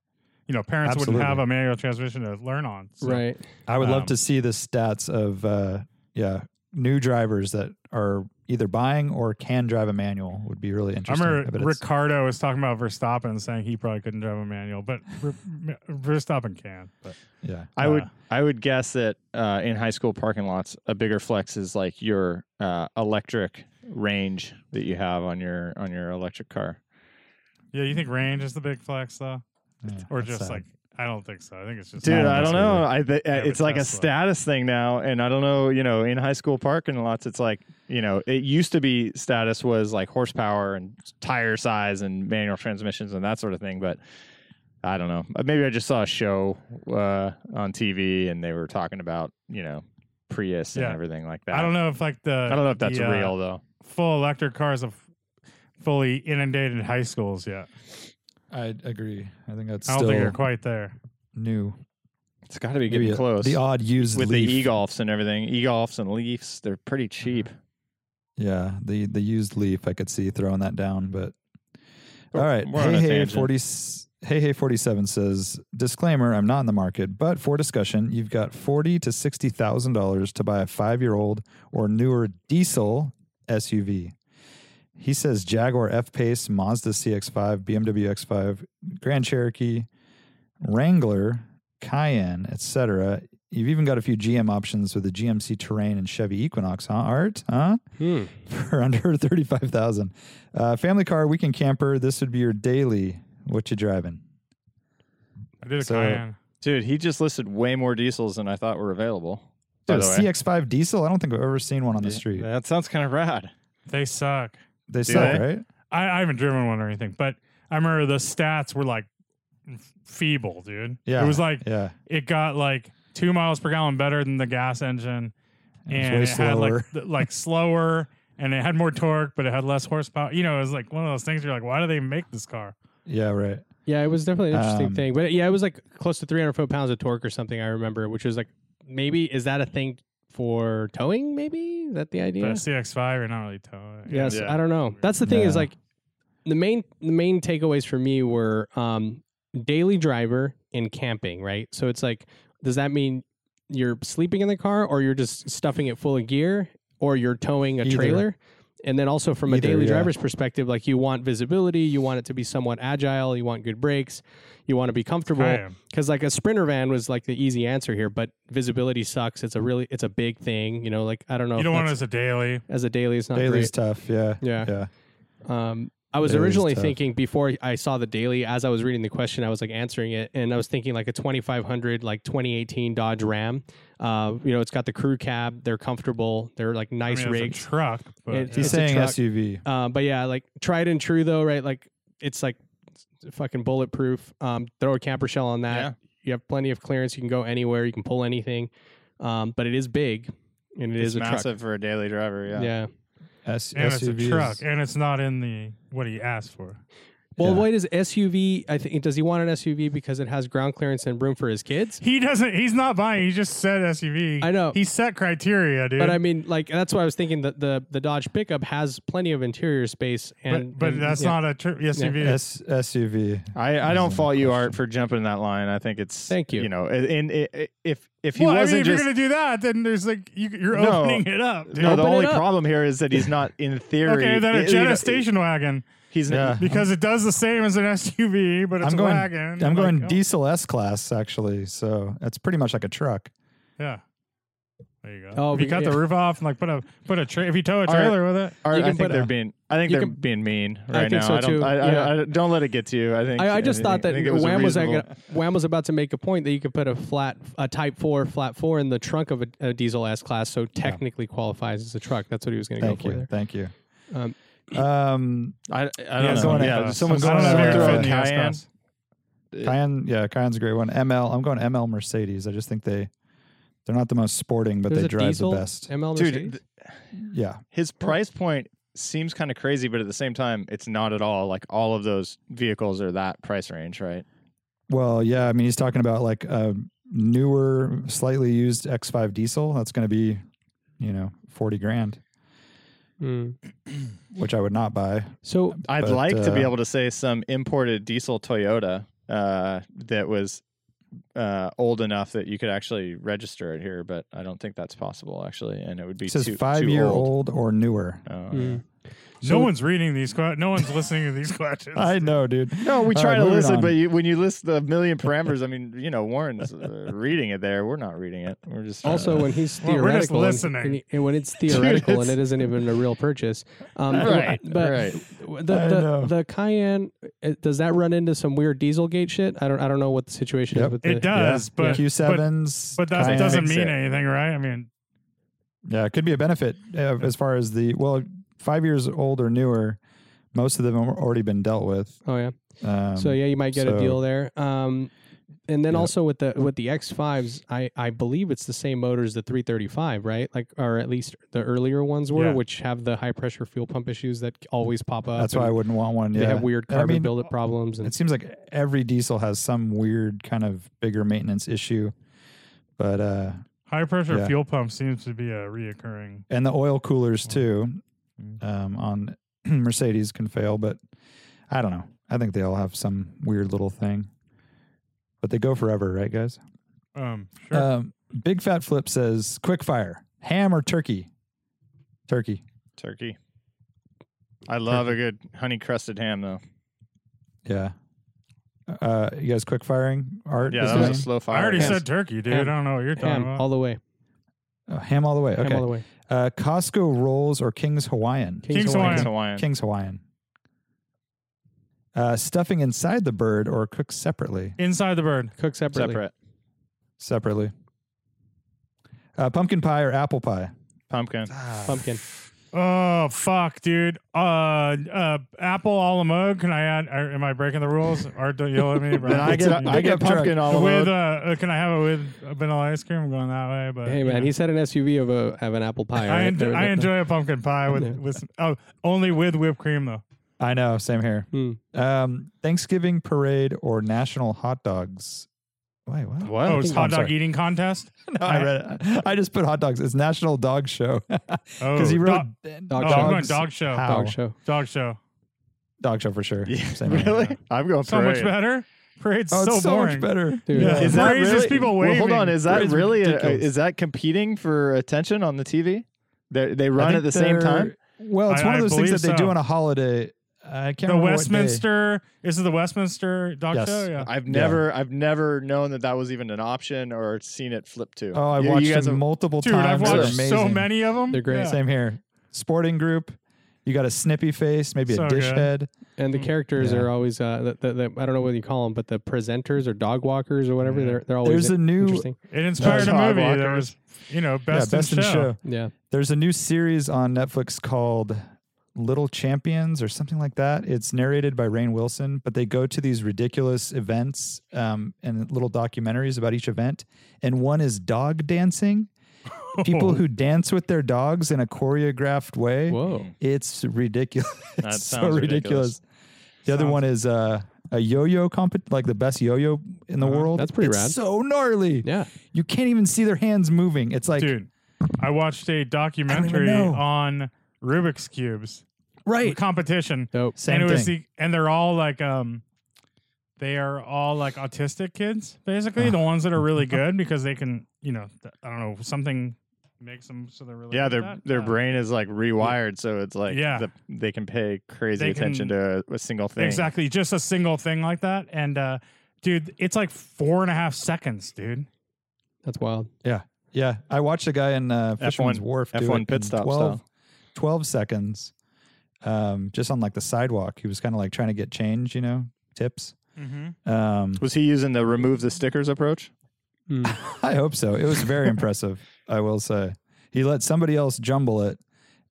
Speaker 3: you know, parents
Speaker 4: Absolutely.
Speaker 3: wouldn't have a manual transmission to learn on. So.
Speaker 5: right.
Speaker 4: I would love
Speaker 3: Um,
Speaker 4: to see the stats of uh, yeah new drivers that are either buying or can drive a manual would be really
Speaker 3: I
Speaker 4: interesting.
Speaker 3: remember
Speaker 4: bet it's-
Speaker 3: Ricardo was talking about Verstappen saying he probably couldn't drive a manual, but Ver- Ma- Verstappen can. But
Speaker 4: yeah,
Speaker 6: I
Speaker 3: Uh,
Speaker 6: would I would guess that uh, in high school parking lots, a bigger flex is like your uh, electric range that you have on your on your electric car.
Speaker 3: yeah, you think range is the big flex though,
Speaker 4: Yeah,
Speaker 3: or
Speaker 4: that's
Speaker 3: just
Speaker 4: sad.
Speaker 3: like I don't think so. I think it's just
Speaker 6: Dude,
Speaker 4: Not
Speaker 6: I don't know. I th- uh,
Speaker 3: Yeah,
Speaker 6: it's
Speaker 3: but
Speaker 6: like a
Speaker 3: Tesla.
Speaker 6: status thing now, and I don't know. You know, in high school parking lots, it's like you know, it used to be status was like horsepower and tire size and manual transmissions and that sort of thing, but. I don't know. Uh, Maybe I just saw a show uh, on TV and they were talking about you know Prius
Speaker 3: Yeah.
Speaker 6: and everything like that.
Speaker 3: I don't know if like the
Speaker 6: I don't know if that's
Speaker 3: the, uh,
Speaker 6: real though.
Speaker 3: full electric cars have fully inundated high schools yet.
Speaker 4: I agree. I think that's
Speaker 3: I don't
Speaker 4: still
Speaker 3: think they're quite there.
Speaker 4: new.
Speaker 6: It's got to be
Speaker 4: Maybe
Speaker 6: getting
Speaker 4: a-
Speaker 6: close.
Speaker 4: The odd used
Speaker 6: with
Speaker 4: leaf.
Speaker 6: the e-golfs and everything, e-golfs and leafs, they're pretty cheap.
Speaker 3: Mm-hmm.
Speaker 4: Yeah, the the used leaf I could see throwing that down, but
Speaker 6: Oh,
Speaker 4: all right.
Speaker 6: we're on a
Speaker 4: Hey hey
Speaker 6: tangent.
Speaker 4: forty hey hey forty seven says disclaimer: I'm not in the market, but for discussion, you've got forty to sixty thousand dollars to buy a five year old or newer diesel SUV. He says Jaguar F Pace, Mazda CX5, BMW X5, Grand Cherokee, Wrangler, Cayenne, etc. You've even got a few GM options with the GMC Terrain and Chevy Equinox, huh? Art, huh?
Speaker 5: Hmm.
Speaker 4: for under thirty-five thousand. Uh, family car, weekend camper. This would be your daily. What you driving?
Speaker 3: I did a
Speaker 4: So-
Speaker 3: Cayenne.
Speaker 6: Dude, he just listed way more diesels than I thought were available. By
Speaker 4: Dude, a
Speaker 6: the way.
Speaker 4: CX-5 diesel. I don't think I've ever seen one on the street.
Speaker 6: That sounds kind of rad.
Speaker 3: They suck.
Speaker 4: They
Speaker 6: they?
Speaker 4: suck, right?
Speaker 3: I, I haven't driven one or anything, but I remember the stats were like f- feeble, dude.
Speaker 4: Yeah,
Speaker 3: It was like
Speaker 4: yeah,
Speaker 3: it got like two miles per gallon better than the gas engine,
Speaker 4: It's
Speaker 3: and
Speaker 4: way
Speaker 3: it had
Speaker 4: slower.
Speaker 3: like th- like slower and it had more torque, but it had less horsepower. You know, it was like one of those things. You're like, why do they make this car?
Speaker 4: Yeah, right.
Speaker 5: Yeah, it was definitely an interesting
Speaker 4: Um,
Speaker 5: thing. But yeah, it was like close to 300 foot pounds of torque or something. I remember, which was like maybe is that a thing for towing? Maybe is that the idea?
Speaker 3: But CX5, you're not really telling.
Speaker 5: Yes,
Speaker 6: Yeah.
Speaker 5: I don't know. That's the thing is
Speaker 4: Yeah.
Speaker 5: like the main the main takeaways for me were um daily driver and camping, right? So it's like does that mean you're sleeping in the car or you're just stuffing it full of gear or you're towing a
Speaker 4: Either.
Speaker 5: trailer? And then also from a
Speaker 4: Either,
Speaker 5: daily
Speaker 4: yeah.
Speaker 5: driver's perspective, like you want visibility, you want it to be somewhat agile, you want good brakes, you want to be comfortable
Speaker 3: I am.
Speaker 5: because like a sprinter van was like the easy answer here, but visibility sucks. It's a really it's a big thing, you know. Like I don't know.
Speaker 3: You
Speaker 5: if
Speaker 3: don't want it
Speaker 5: that's-
Speaker 3: as a daily.
Speaker 5: as a daily, it's not great.
Speaker 4: Daily's tough. Yeah.
Speaker 5: Yeah.
Speaker 4: Yeah.
Speaker 5: Um, I was
Speaker 4: Daily's
Speaker 5: originally
Speaker 4: tough.
Speaker 5: thinking before I saw the daily, as I was reading the question, I was like answering it, and I was thinking like a 2500, like 2018 Dodge Ram. Uh, you know, it's got the crew cab. They're comfortable. They're like
Speaker 3: I
Speaker 5: nice
Speaker 3: mean, it's a
Speaker 5: rigs.
Speaker 3: truck, but
Speaker 5: It's-
Speaker 4: He's
Speaker 5: a
Speaker 4: saying
Speaker 5: truck.
Speaker 4: SUV.
Speaker 5: Uh, but yeah, like tried and true though, right? Like it's like fucking bulletproof. Um, throw a camper shell on that.
Speaker 6: Yeah.
Speaker 5: You have plenty of clearance. You can go anywhere. You can pull anything. Um, but it is big, and
Speaker 6: It's
Speaker 5: it's
Speaker 6: massive for a daily driver.
Speaker 5: A
Speaker 6: Yeah.
Speaker 5: truck. yeah.
Speaker 4: S-
Speaker 3: and it's a
Speaker 4: SUV
Speaker 3: truck,
Speaker 4: is-
Speaker 3: and it's not in the what he asked for.
Speaker 5: Well,
Speaker 4: Yeah.
Speaker 5: why does SUV? I think does he want an SUV because it has ground clearance and room for his kids?
Speaker 3: He doesn't. He's not buying. He just said SUV.
Speaker 5: I know.
Speaker 3: He set criteria, dude.
Speaker 5: But I mean, like that's why I was thinking that the the Dodge pickup has plenty of interior space, and
Speaker 3: but, but
Speaker 5: and-
Speaker 3: that's
Speaker 5: yeah.
Speaker 3: not a tr- SUV.
Speaker 4: S- SUV.
Speaker 6: I, I don't
Speaker 4: Isn't
Speaker 6: fault
Speaker 4: the
Speaker 6: you,
Speaker 4: question.
Speaker 6: Art, for jumping that line. I think it's
Speaker 5: Thank you.
Speaker 6: You know, and, and, and if if he
Speaker 3: well, I mean,
Speaker 6: wasn't
Speaker 3: if
Speaker 6: just
Speaker 3: you're gonna do that, then there's like you, you're
Speaker 6: No.
Speaker 3: opening it up. Dude.
Speaker 6: no, the
Speaker 5: Open it
Speaker 6: only
Speaker 5: up.
Speaker 6: problem here is that he's not in theory.
Speaker 3: okay, then
Speaker 6: you
Speaker 3: a
Speaker 6: know,
Speaker 3: Jetta station wagon
Speaker 6: He's
Speaker 4: Yeah.
Speaker 3: because it does the same as an SUV, but it's
Speaker 4: I'm going.
Speaker 3: a wagon.
Speaker 4: I'm going
Speaker 3: Like, oh,
Speaker 4: diesel S class actually. So that's pretty much like a truck.
Speaker 3: Yeah. There you go.
Speaker 5: Oh,
Speaker 3: Oh, if you
Speaker 5: we-
Speaker 3: cut
Speaker 5: yeah.
Speaker 3: the roof off and like put a put a tra- if you tow a
Speaker 6: All right.
Speaker 3: trailer with it.
Speaker 6: Art,
Speaker 5: You
Speaker 6: I
Speaker 5: can
Speaker 6: think
Speaker 5: put
Speaker 6: they're
Speaker 5: a-
Speaker 6: being. I think
Speaker 5: you
Speaker 6: they're
Speaker 5: can-
Speaker 6: being mean
Speaker 5: I
Speaker 6: right
Speaker 5: think
Speaker 6: now.
Speaker 5: so,
Speaker 6: I don't.
Speaker 5: too.
Speaker 6: I, I-
Speaker 5: Yeah.
Speaker 6: I- don't let it get to you. I think.
Speaker 5: I, I just
Speaker 6: think-
Speaker 5: thought that
Speaker 6: I think it was a
Speaker 5: Wham was like
Speaker 6: reasonable-
Speaker 5: gonna- Wham was about to make a point that you could put a flat a Type Four flat four in the trunk of a, a diesel S class, so technically qualifies as a truck. That's what he was going to go
Speaker 4: Thank
Speaker 5: for
Speaker 4: you.
Speaker 5: there.
Speaker 4: Thank you.
Speaker 5: Um,
Speaker 4: Um,
Speaker 6: I, I don't know.
Speaker 4: someone-
Speaker 6: yeah,
Speaker 4: uh,
Speaker 6: someone's
Speaker 4: someone-
Speaker 6: going
Speaker 4: someone
Speaker 6: to
Speaker 4: throw
Speaker 6: throw
Speaker 4: a
Speaker 6: a Cayenne.
Speaker 3: S-Class.
Speaker 4: Cayenne. Yeah, Cayenne's a great one. ML. I'm going ML Mercedes. I just think they they're not the most sporting, but
Speaker 5: there's
Speaker 4: they
Speaker 5: a
Speaker 4: drive the
Speaker 5: diesel
Speaker 4: best.
Speaker 5: ML
Speaker 6: Dude,
Speaker 5: Mercedes.
Speaker 6: th-
Speaker 4: Yeah.
Speaker 6: his price point seems kind of crazy, but at the same time, it's not at all. Like all of those vehicles are that price range, right?
Speaker 4: Well, yeah. I mean, he's talking about like a newer, slightly used X5 diesel. That's going to be, you know, forty grand,
Speaker 5: Mm.
Speaker 4: which I would not buy.
Speaker 5: So
Speaker 6: I'd
Speaker 4: But,
Speaker 6: like to be
Speaker 4: uh,
Speaker 6: able to say some imported diesel Toyota uh, that was uh, old enough that you could actually register it here, but I don't think that's possible actually, and it would be
Speaker 4: It says
Speaker 6: too,
Speaker 4: five
Speaker 6: too
Speaker 4: year old. or newer.
Speaker 6: Oh, yeah.
Speaker 5: mm.
Speaker 3: No one's reading these. Que- no one's listening to these questions.
Speaker 4: I know, dude.
Speaker 6: No, we
Speaker 4: All
Speaker 6: try
Speaker 4: right,
Speaker 6: to
Speaker 4: moving
Speaker 6: listen,
Speaker 4: on.
Speaker 6: but you, when you list the million parameters, I mean, you know, Warren's uh, reading it there. We're not reading it. We're just trying
Speaker 5: Also, uh,
Speaker 6: to-
Speaker 5: when he's
Speaker 3: Well,
Speaker 5: theoretical,
Speaker 3: we're just
Speaker 5: and-
Speaker 3: listening.
Speaker 5: And, and when it's theoretical and
Speaker 6: it's-
Speaker 5: it isn't even a real purchase, um,
Speaker 6: right,
Speaker 5: But
Speaker 6: right.
Speaker 5: the
Speaker 4: I
Speaker 5: the,
Speaker 4: know.
Speaker 5: the Cayenne uh, does that run into some weird Dieselgate shit? I don't I don't know what the situation
Speaker 4: Yep.
Speaker 5: is with
Speaker 3: it
Speaker 5: the,
Speaker 3: does, but but,
Speaker 4: Q7s.
Speaker 3: but that
Speaker 6: Cayenne.
Speaker 3: doesn't
Speaker 6: Fix
Speaker 3: mean
Speaker 6: it.
Speaker 3: anything, right? I mean,
Speaker 4: Yeah, it could be a benefit uh, as far as the well, five years old or newer. Most of them have already been dealt with.
Speaker 5: Oh yeah,
Speaker 4: Um,
Speaker 5: so yeah, you might get
Speaker 4: so-
Speaker 5: a deal there. Um, and then
Speaker 4: Yep.
Speaker 5: also with the with the X fives, I I believe it's the same motors the 335, right? Like or at least the earlier ones were,
Speaker 3: Yeah.
Speaker 5: which have the high pressure fuel pump issues that always pop up.
Speaker 4: that's why I
Speaker 5: and
Speaker 4: wouldn't want one.
Speaker 5: Uh, they
Speaker 4: yeah.
Speaker 5: have weird
Speaker 4: And I
Speaker 5: carbon
Speaker 3: oh,
Speaker 4: mean,
Speaker 5: buildup problems. And
Speaker 4: It seems like every diesel has some weird kind of bigger maintenance issue, but uh,
Speaker 3: high pressure
Speaker 4: Yeah.
Speaker 3: fuel pump seems to be a reoccurring.
Speaker 4: and the oil coolers
Speaker 5: Oh.
Speaker 4: too
Speaker 5: Mm.
Speaker 4: um, on Mercedes can fail, but I don't know. I think they all have some weird little thing, but they go forever, right, guys?
Speaker 3: Um, sure.
Speaker 4: Um, Big Fat Flip says, "Quick fire: ham or turkey? Turkey.
Speaker 6: Turkey. I love a good honey crusted ham, though.
Speaker 4: Yeah. Uh, you guys quick firing? Art?
Speaker 6: Yeah,
Speaker 4: is
Speaker 6: that was a
Speaker 4: mine?
Speaker 6: slow fire.
Speaker 3: I already
Speaker 6: Hams.
Speaker 3: said turkey, dude.
Speaker 5: Ham.
Speaker 3: I don't know what you're talking
Speaker 5: ham
Speaker 3: about.
Speaker 5: all the way,
Speaker 4: Oh, ham all the way.
Speaker 5: ham all the
Speaker 4: Okay.
Speaker 5: way.
Speaker 4: Uh, Costco rolls or King's Hawaiian?
Speaker 5: King's
Speaker 3: King's
Speaker 5: Hawaiian.
Speaker 6: It's
Speaker 3: Hawaiian.
Speaker 6: Hawaiian.
Speaker 4: King's Hawaiian. Uh, stuffing inside the bird or cook separately?
Speaker 3: Inside the bird.
Speaker 5: Cook separately.
Speaker 6: Separate.
Speaker 4: Separately. Uh, pumpkin pie or apple pie?
Speaker 6: Pumpkin.
Speaker 5: Pumpkin.
Speaker 3: Oh fuck, dude. Uh, uh, Apple a la mode. Can I add? Are, am I breaking the rules? Or don't yell at me? Brian?
Speaker 4: I get-
Speaker 3: Continue.
Speaker 4: I get pumpkin
Speaker 6: all
Speaker 3: with. Uh, uh, can I have it with a vanilla ice cream? I'm going that way, but
Speaker 5: Hey
Speaker 3: you
Speaker 5: man,
Speaker 3: know.
Speaker 5: he said an SUV of a of an apple pie.
Speaker 3: I,
Speaker 5: right?
Speaker 3: en-
Speaker 5: There we
Speaker 3: I
Speaker 5: go.
Speaker 3: enjoy a pumpkin pie with
Speaker 5: Yeah.
Speaker 3: with some, oh only with whipped cream though.
Speaker 4: I know, same here.
Speaker 5: Hmm.
Speaker 4: Um, Thanksgiving parade or national hot dogs. Wait, what?
Speaker 3: Oh, it's
Speaker 4: Oh,
Speaker 3: hot
Speaker 4: I'm
Speaker 3: dog
Speaker 4: sorry.
Speaker 3: eating contest.
Speaker 4: No, I read it. I just put hot dogs. It's National Dog Show because
Speaker 3: Oh,
Speaker 4: he wrote
Speaker 3: dog,
Speaker 4: dog,
Speaker 3: oh,
Speaker 5: show.
Speaker 3: I'm going dog show.
Speaker 4: How?
Speaker 5: dog show.
Speaker 3: Dog show.
Speaker 4: Dog Show for sure. Same here.
Speaker 6: really? I'm going
Speaker 3: So much better. Parade's
Speaker 4: Oh, it's so,
Speaker 3: boring.
Speaker 4: much better.
Speaker 5: Dude.
Speaker 3: Yeah.
Speaker 6: Is that
Speaker 3: Parades
Speaker 6: really?
Speaker 3: is people
Speaker 6: Well, hold
Speaker 3: waving.
Speaker 6: on. Is that
Speaker 4: Parades are
Speaker 6: really? A,
Speaker 4: ridiculous.
Speaker 6: is that competing for attention on the TV? They they
Speaker 4: I
Speaker 6: run
Speaker 4: think
Speaker 6: at the same
Speaker 4: they're-
Speaker 6: time.
Speaker 4: Well, it's
Speaker 3: I-
Speaker 4: one
Speaker 3: I
Speaker 4: of those things that
Speaker 3: believe
Speaker 4: they do
Speaker 3: so.
Speaker 4: on a holiday. I can't
Speaker 3: The
Speaker 4: remember what day.
Speaker 3: Westminster is it the Westminster dog
Speaker 4: Yes.
Speaker 3: show? Yeah.
Speaker 6: I've
Speaker 4: Yeah.
Speaker 6: never I've never known that that was even an option or seen it flip to.
Speaker 4: Oh, I
Speaker 6: You- you
Speaker 4: watched
Speaker 6: guys
Speaker 4: them
Speaker 6: have-
Speaker 4: multiple
Speaker 3: Dude, I've
Speaker 4: times. They're
Speaker 3: watched so
Speaker 4: amazing.
Speaker 3: many of them.
Speaker 5: They're great.
Speaker 3: Yeah.
Speaker 4: Same here. Sporting group. You got a snippy face, maybe
Speaker 3: So
Speaker 4: a dish
Speaker 3: good.
Speaker 4: head.
Speaker 5: And the
Speaker 6: Mm.
Speaker 5: characters
Speaker 4: Yeah.
Speaker 5: are always uh, the, the, the, I don't know what you call them, but the presenters or dog walkers or whatever
Speaker 3: Yeah.
Speaker 5: they're they're always
Speaker 4: There's a new
Speaker 5: interesting.
Speaker 3: It inspired a
Speaker 6: Dog
Speaker 3: movie that
Speaker 6: walkers.
Speaker 3: was, you know,
Speaker 4: yeah,
Speaker 3: best,
Speaker 4: best in show.
Speaker 5: Yeah,
Speaker 4: There's a new series on Netflix called Little Champions or something like that. It's narrated by Rain Wilson, but they go to these ridiculous events um, and little documentaries about each event. And one is dog dancing. People who dance with their dogs in a choreographed way.
Speaker 5: whoa,
Speaker 6: Mm.
Speaker 4: It's ridiculous.
Speaker 6: That
Speaker 4: it's so
Speaker 6: sounds
Speaker 4: ridiculous.
Speaker 6: ridiculous.
Speaker 4: The other
Speaker 3: Sounds-
Speaker 4: one is uh, a yo-yo compet, like the best yo-yo in the
Speaker 3: Uh-huh.
Speaker 4: world.
Speaker 5: That's pretty
Speaker 4: It's
Speaker 5: rad.
Speaker 4: So gnarly.
Speaker 5: yeah.
Speaker 4: You can't even see their hands moving. It's like
Speaker 3: Dude, I watched a documentary
Speaker 4: know.
Speaker 3: on Rubik's cubes
Speaker 4: right.
Speaker 3: competition,
Speaker 5: Dope.
Speaker 4: Same
Speaker 3: and it was
Speaker 4: thing.
Speaker 3: the, and they're all like, um, they are all like autistic kids, basically
Speaker 4: Ah.
Speaker 3: the ones that are really good because they can, you know, th- I don't know, something makes them so they're really
Speaker 6: Yeah,
Speaker 3: good
Speaker 6: their
Speaker 3: at that.
Speaker 6: their
Speaker 3: Uh,
Speaker 6: brain is like rewired, so it's like
Speaker 3: Yeah.
Speaker 6: the, they can pay crazy
Speaker 3: They
Speaker 6: attention
Speaker 3: can-
Speaker 6: to a, a single thing.
Speaker 3: Exactly, just a single thing like that, and uh, dude, it's like four and a half seconds, dude.
Speaker 5: That's wild.
Speaker 4: Yeah, I watched a guy in uh, Fisherman's
Speaker 6: F1
Speaker 4: Wharf do
Speaker 6: F1
Speaker 4: it
Speaker 6: pit
Speaker 4: in
Speaker 6: stop
Speaker 4: 12,
Speaker 6: style.
Speaker 4: 12 seconds, um, just on like the sidewalk. He was kind of like trying to get change, you know, tips.
Speaker 3: Mm-hmm.
Speaker 4: Um,
Speaker 6: Was he using the remove the stickers approach?
Speaker 4: I hope so. It was very impressive, I will say. He let somebody else jumble it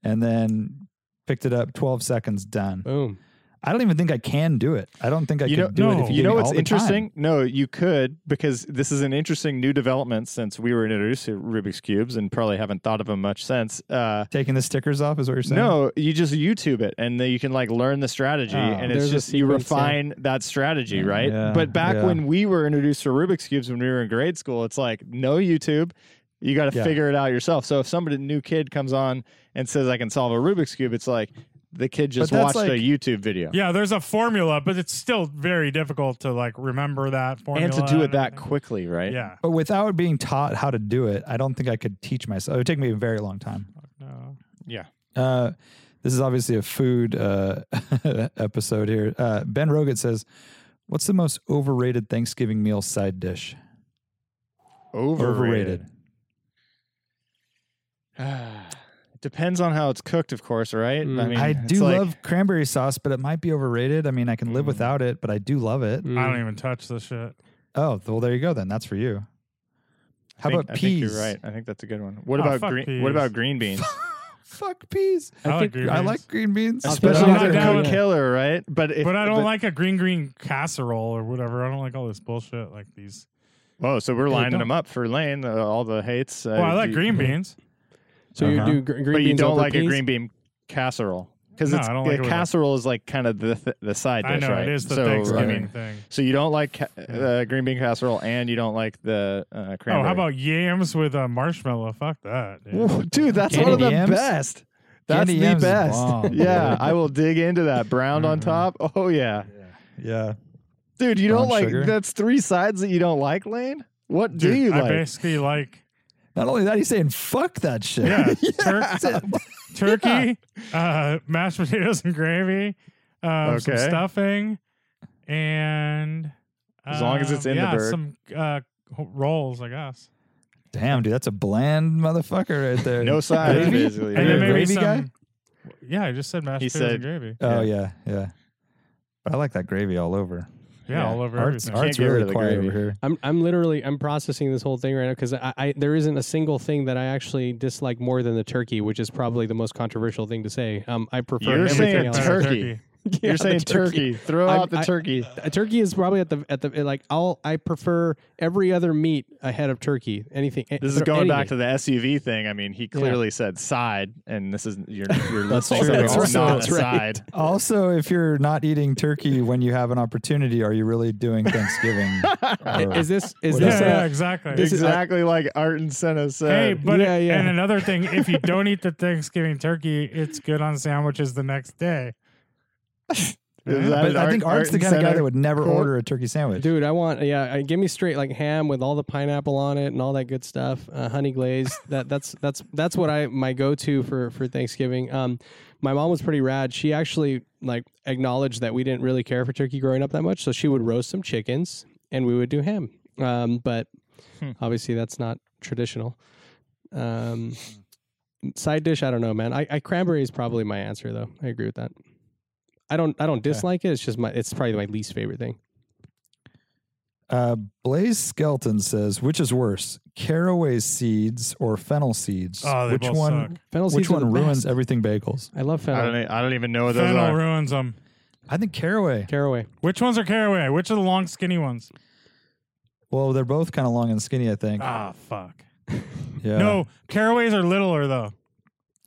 Speaker 4: and then picked it up 12 seconds done.
Speaker 5: Boom.
Speaker 4: I don't even think I can do it. I don't think I
Speaker 6: You
Speaker 4: could
Speaker 6: know-
Speaker 4: do it
Speaker 3: no.
Speaker 4: if you,
Speaker 6: You
Speaker 4: gave
Speaker 6: know
Speaker 4: me
Speaker 6: what's
Speaker 4: all the time.
Speaker 6: interesting? No, you could because this is an interesting new development since we were introduced to Rubik's cubes and probably haven't thought of them much since. Uh,
Speaker 4: Taking the stickers off is what you're saying?
Speaker 6: no, you just YouTube it and then you can like learn the strategy
Speaker 4: Oh.
Speaker 6: and it's
Speaker 5: There's a
Speaker 6: just you
Speaker 5: sequence, yeah.
Speaker 6: refine that strategy, right?
Speaker 4: Yeah,
Speaker 6: But back
Speaker 4: yeah.
Speaker 6: when we were introduced to Rubik's cubes when we were in grade school, it's like no YouTube. You got to
Speaker 4: Yeah.
Speaker 6: figure it out yourself. So if somebody new kid comes on and says I can solve a Rubik's cube, it's like the kid just
Speaker 4: that's
Speaker 6: watched a
Speaker 4: like-
Speaker 6: YouTube video.
Speaker 3: Yeah, there's a formula, but it's still very difficult to like remember that formula
Speaker 6: And to do it that
Speaker 3: everything.
Speaker 6: quickly, right?
Speaker 3: Yeah.
Speaker 4: But without being taught how to do it, I don't think I could teach myself. It would take me a very long time.
Speaker 3: No.
Speaker 4: Uh, this is obviously a food uh, episode here. Uh, ben Rogat says, "What's the most overrated Thanksgiving meal side dish?"
Speaker 6: Overrated. Depends on how it's cooked, of course, right?
Speaker 5: Mm.
Speaker 6: mean,
Speaker 4: I
Speaker 6: it's
Speaker 4: do
Speaker 6: like-
Speaker 4: love cranberry sauce, but it might be overrated. I mean, I can live
Speaker 6: Mm.
Speaker 4: without it, but I do love it.
Speaker 5: Mm.
Speaker 3: I don't even touch the shit.
Speaker 4: Oh, well, there you go. Then that's for you.
Speaker 6: I
Speaker 4: How
Speaker 6: think-
Speaker 4: about
Speaker 6: I think
Speaker 4: peas?
Speaker 6: you're right. I think that's a good one. What
Speaker 3: Oh,
Speaker 6: about
Speaker 3: fuck
Speaker 6: green?
Speaker 3: peas.
Speaker 6: What about green beans?
Speaker 4: Fuck peas.
Speaker 3: I, like
Speaker 5: think-
Speaker 3: green
Speaker 4: I
Speaker 3: beans.
Speaker 4: like green beans,
Speaker 5: I'll throw
Speaker 6: Especially
Speaker 3: I'm
Speaker 6: if
Speaker 3: not
Speaker 6: they're
Speaker 3: down
Speaker 6: cooked
Speaker 3: with it.
Speaker 6: killer, right? But if,
Speaker 3: but I don't like a green green casserole or whatever. I don't like all this bullshit like these.
Speaker 6: Oh, so we're lining
Speaker 4: don't.
Speaker 6: them up for Lane. Uh, all the hates. Uh,
Speaker 3: Well, I like
Speaker 6: you-
Speaker 3: green beans.
Speaker 5: So
Speaker 4: Uh-huh.
Speaker 5: you do gr- green
Speaker 6: but
Speaker 5: beans
Speaker 6: you don't
Speaker 5: over
Speaker 6: like
Speaker 5: peas?
Speaker 6: a green bean casserole because
Speaker 3: No,
Speaker 6: it's
Speaker 3: I don't
Speaker 6: a
Speaker 3: like it with a-
Speaker 6: casserole is like kind of the th- the side dish.
Speaker 3: I know
Speaker 6: right?
Speaker 3: it is the
Speaker 6: So,
Speaker 3: Thanksgiving
Speaker 4: right.
Speaker 3: thing. Oh,
Speaker 6: So you don't like ca- uh, green bean casserole, and you don't like the uh, cranberry.
Speaker 3: Oh, how about yams with a marshmallow? Fuck that. dude.
Speaker 6: Whoa, dude? That's
Speaker 4: Candy
Speaker 6: one of the
Speaker 4: yams?
Speaker 6: best. E That's
Speaker 4: Candy
Speaker 6: the
Speaker 4: yams is
Speaker 6: best.
Speaker 4: bomb,
Speaker 6: yeah,
Speaker 4: dude.
Speaker 6: I will dig into that brown on
Speaker 3: Mm-hmm.
Speaker 6: top. Oh yeah,
Speaker 4: Yeah.
Speaker 6: dude. You
Speaker 4: Brown
Speaker 6: don't like
Speaker 4: sugar.
Speaker 6: that's three sides that you don't like, Lane. What do
Speaker 3: Dude,
Speaker 6: you
Speaker 3: I
Speaker 6: like?
Speaker 3: basically like
Speaker 4: Not only that, he's saying fuck that shit.
Speaker 3: yeah, tur- turkey, uh, mashed potatoes and gravy, um, some
Speaker 6: Okay.
Speaker 3: stuffing, and
Speaker 6: As long as it's
Speaker 3: um,
Speaker 6: in the
Speaker 3: yeah,
Speaker 6: bird.
Speaker 3: some uh, rolls, I guess.
Speaker 4: Damn, dude, that's a bland motherfucker right there.
Speaker 6: No sides,
Speaker 4: Gravy?
Speaker 6: basically.
Speaker 3: And then
Speaker 4: You're a
Speaker 3: maybe
Speaker 4: gravy
Speaker 3: some.
Speaker 4: guy?
Speaker 3: Yeah, I just said mashed
Speaker 6: He
Speaker 3: potatoes and
Speaker 6: said-
Speaker 3: gravy.
Speaker 4: Oh yeah, yeah. But I like that gravy all over.
Speaker 3: Yeah,
Speaker 6: Yeah.
Speaker 3: all over
Speaker 4: Art's,
Speaker 3: everything.
Speaker 6: art-
Speaker 4: art's
Speaker 6: get rid
Speaker 4: really
Speaker 6: of the
Speaker 4: quiet
Speaker 6: gravy.
Speaker 4: over here.
Speaker 5: I'm I'm literally I'm processing this whole thing right now because I, I there isn't a single thing that I actually dislike more than the turkey, which is probably the most controversial thing to say. Um, I prefer
Speaker 6: You're
Speaker 5: everything
Speaker 6: saying
Speaker 5: else.
Speaker 6: turkey.
Speaker 5: Yeah,
Speaker 6: You're
Speaker 5: the
Speaker 6: saying turkey. Throw
Speaker 5: I'm-
Speaker 6: out the
Speaker 5: I-
Speaker 6: turkey.
Speaker 5: Uh, turkey is probably at the at the like I'll I prefer every other meat ahead of turkey. Anything.
Speaker 6: This is going back to the SUV thing. I mean, he clearly said side, and this is you're you're listing
Speaker 4: true.
Speaker 6: something
Speaker 4: That's
Speaker 6: that's
Speaker 4: right.
Speaker 6: not
Speaker 4: That's
Speaker 6: a
Speaker 5: right.
Speaker 6: side.
Speaker 4: Also, if you're not eating turkey when you have an opportunity, are you really doing Thanksgiving? or-
Speaker 5: Is this is
Speaker 3: Yeah,
Speaker 5: this
Speaker 3: yeah,
Speaker 5: a-
Speaker 3: exactly.
Speaker 5: This is-
Speaker 6: exactly like Art and Senna
Speaker 3: Hey,
Speaker 6: said.
Speaker 3: but
Speaker 5: Yeah,
Speaker 3: it-
Speaker 5: yeah.
Speaker 3: and another thing, if you don't eat the Thanksgiving turkey, it's good on sandwiches the next day.
Speaker 6: Is that
Speaker 4: but
Speaker 6: an
Speaker 4: I
Speaker 6: Art-
Speaker 4: think
Speaker 6: Art
Speaker 4: Art's
Speaker 6: and
Speaker 4: the kind of guy
Speaker 6: Senna?
Speaker 4: that would never
Speaker 6: quote?
Speaker 4: order a turkey sandwich.
Speaker 5: Dude, I want yeah. I, give me straight like ham with all the pineapple on it and all that good stuff, uh, honey glazed. that that's that's that's what I my go to for for Thanksgiving. Um, my mom was pretty rad. She actually like acknowledged that we didn't really care for turkey growing up that much, so she would roast some chickens and we would do ham. Um, but
Speaker 6: Hmm.
Speaker 5: obviously that's not traditional. Um, side dish, I don't know, man. I, I cranberry is probably my answer though. I agree with that. I don't I don't dislike it. It's just my it's probably my least favorite thing.
Speaker 4: Uh, Blaze Skelton says, which is worse, caraway seeds or fennel seeds?
Speaker 3: Oh, they
Speaker 4: which
Speaker 3: both
Speaker 4: one?
Speaker 3: suck.
Speaker 5: Fennel
Speaker 4: Which
Speaker 5: seeds are
Speaker 4: one
Speaker 5: the
Speaker 4: ruins
Speaker 5: best.
Speaker 4: everything bagels?
Speaker 5: I love
Speaker 6: I
Speaker 5: fennel.
Speaker 6: don't e- I don't even know what those
Speaker 3: Fennel
Speaker 6: are.
Speaker 3: ruins them.
Speaker 4: I think caraway.
Speaker 5: Caraway.
Speaker 3: Which ones are caraway? Which are the long, skinny ones?
Speaker 4: Well, they're both kind of long and skinny. I think.
Speaker 3: Ah, fuck.
Speaker 4: yeah.
Speaker 3: No, caraways are littler though.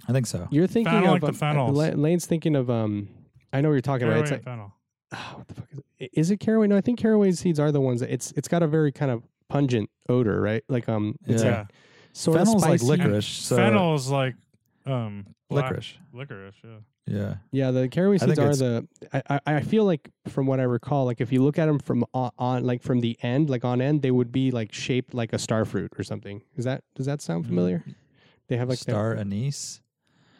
Speaker 4: I think so.
Speaker 5: You're thinking
Speaker 3: Fennel,
Speaker 5: of
Speaker 3: like the
Speaker 5: um, uh, La-
Speaker 3: fennels.
Speaker 5: Lane's thinking of um. I know what you're talking
Speaker 3: Caraway
Speaker 5: about. It's
Speaker 3: and
Speaker 5: like
Speaker 3: fennel.
Speaker 5: ah, what the fuck is it? Is it caraway? No, I think caraway seeds are the ones. That it's it's got a very kind of pungent odor, right? Like um, it's
Speaker 4: Yeah.
Speaker 3: Yeah.
Speaker 5: sort of
Speaker 4: Fennel's
Speaker 5: spicy.
Speaker 4: like licorice. So
Speaker 3: Fennel's like um black
Speaker 4: licorice.
Speaker 3: Licorice, yeah.
Speaker 4: Yeah.
Speaker 5: Yeah, the caraway
Speaker 4: I think
Speaker 5: seeds are
Speaker 4: it's-
Speaker 5: the. I, I I feel like from what I recall, like if you look at them from on, on like from the end, like on end, they would be like shaped like a star fruit or something. Is that does that sound familiar? They have like that-
Speaker 4: Mm. Star anise.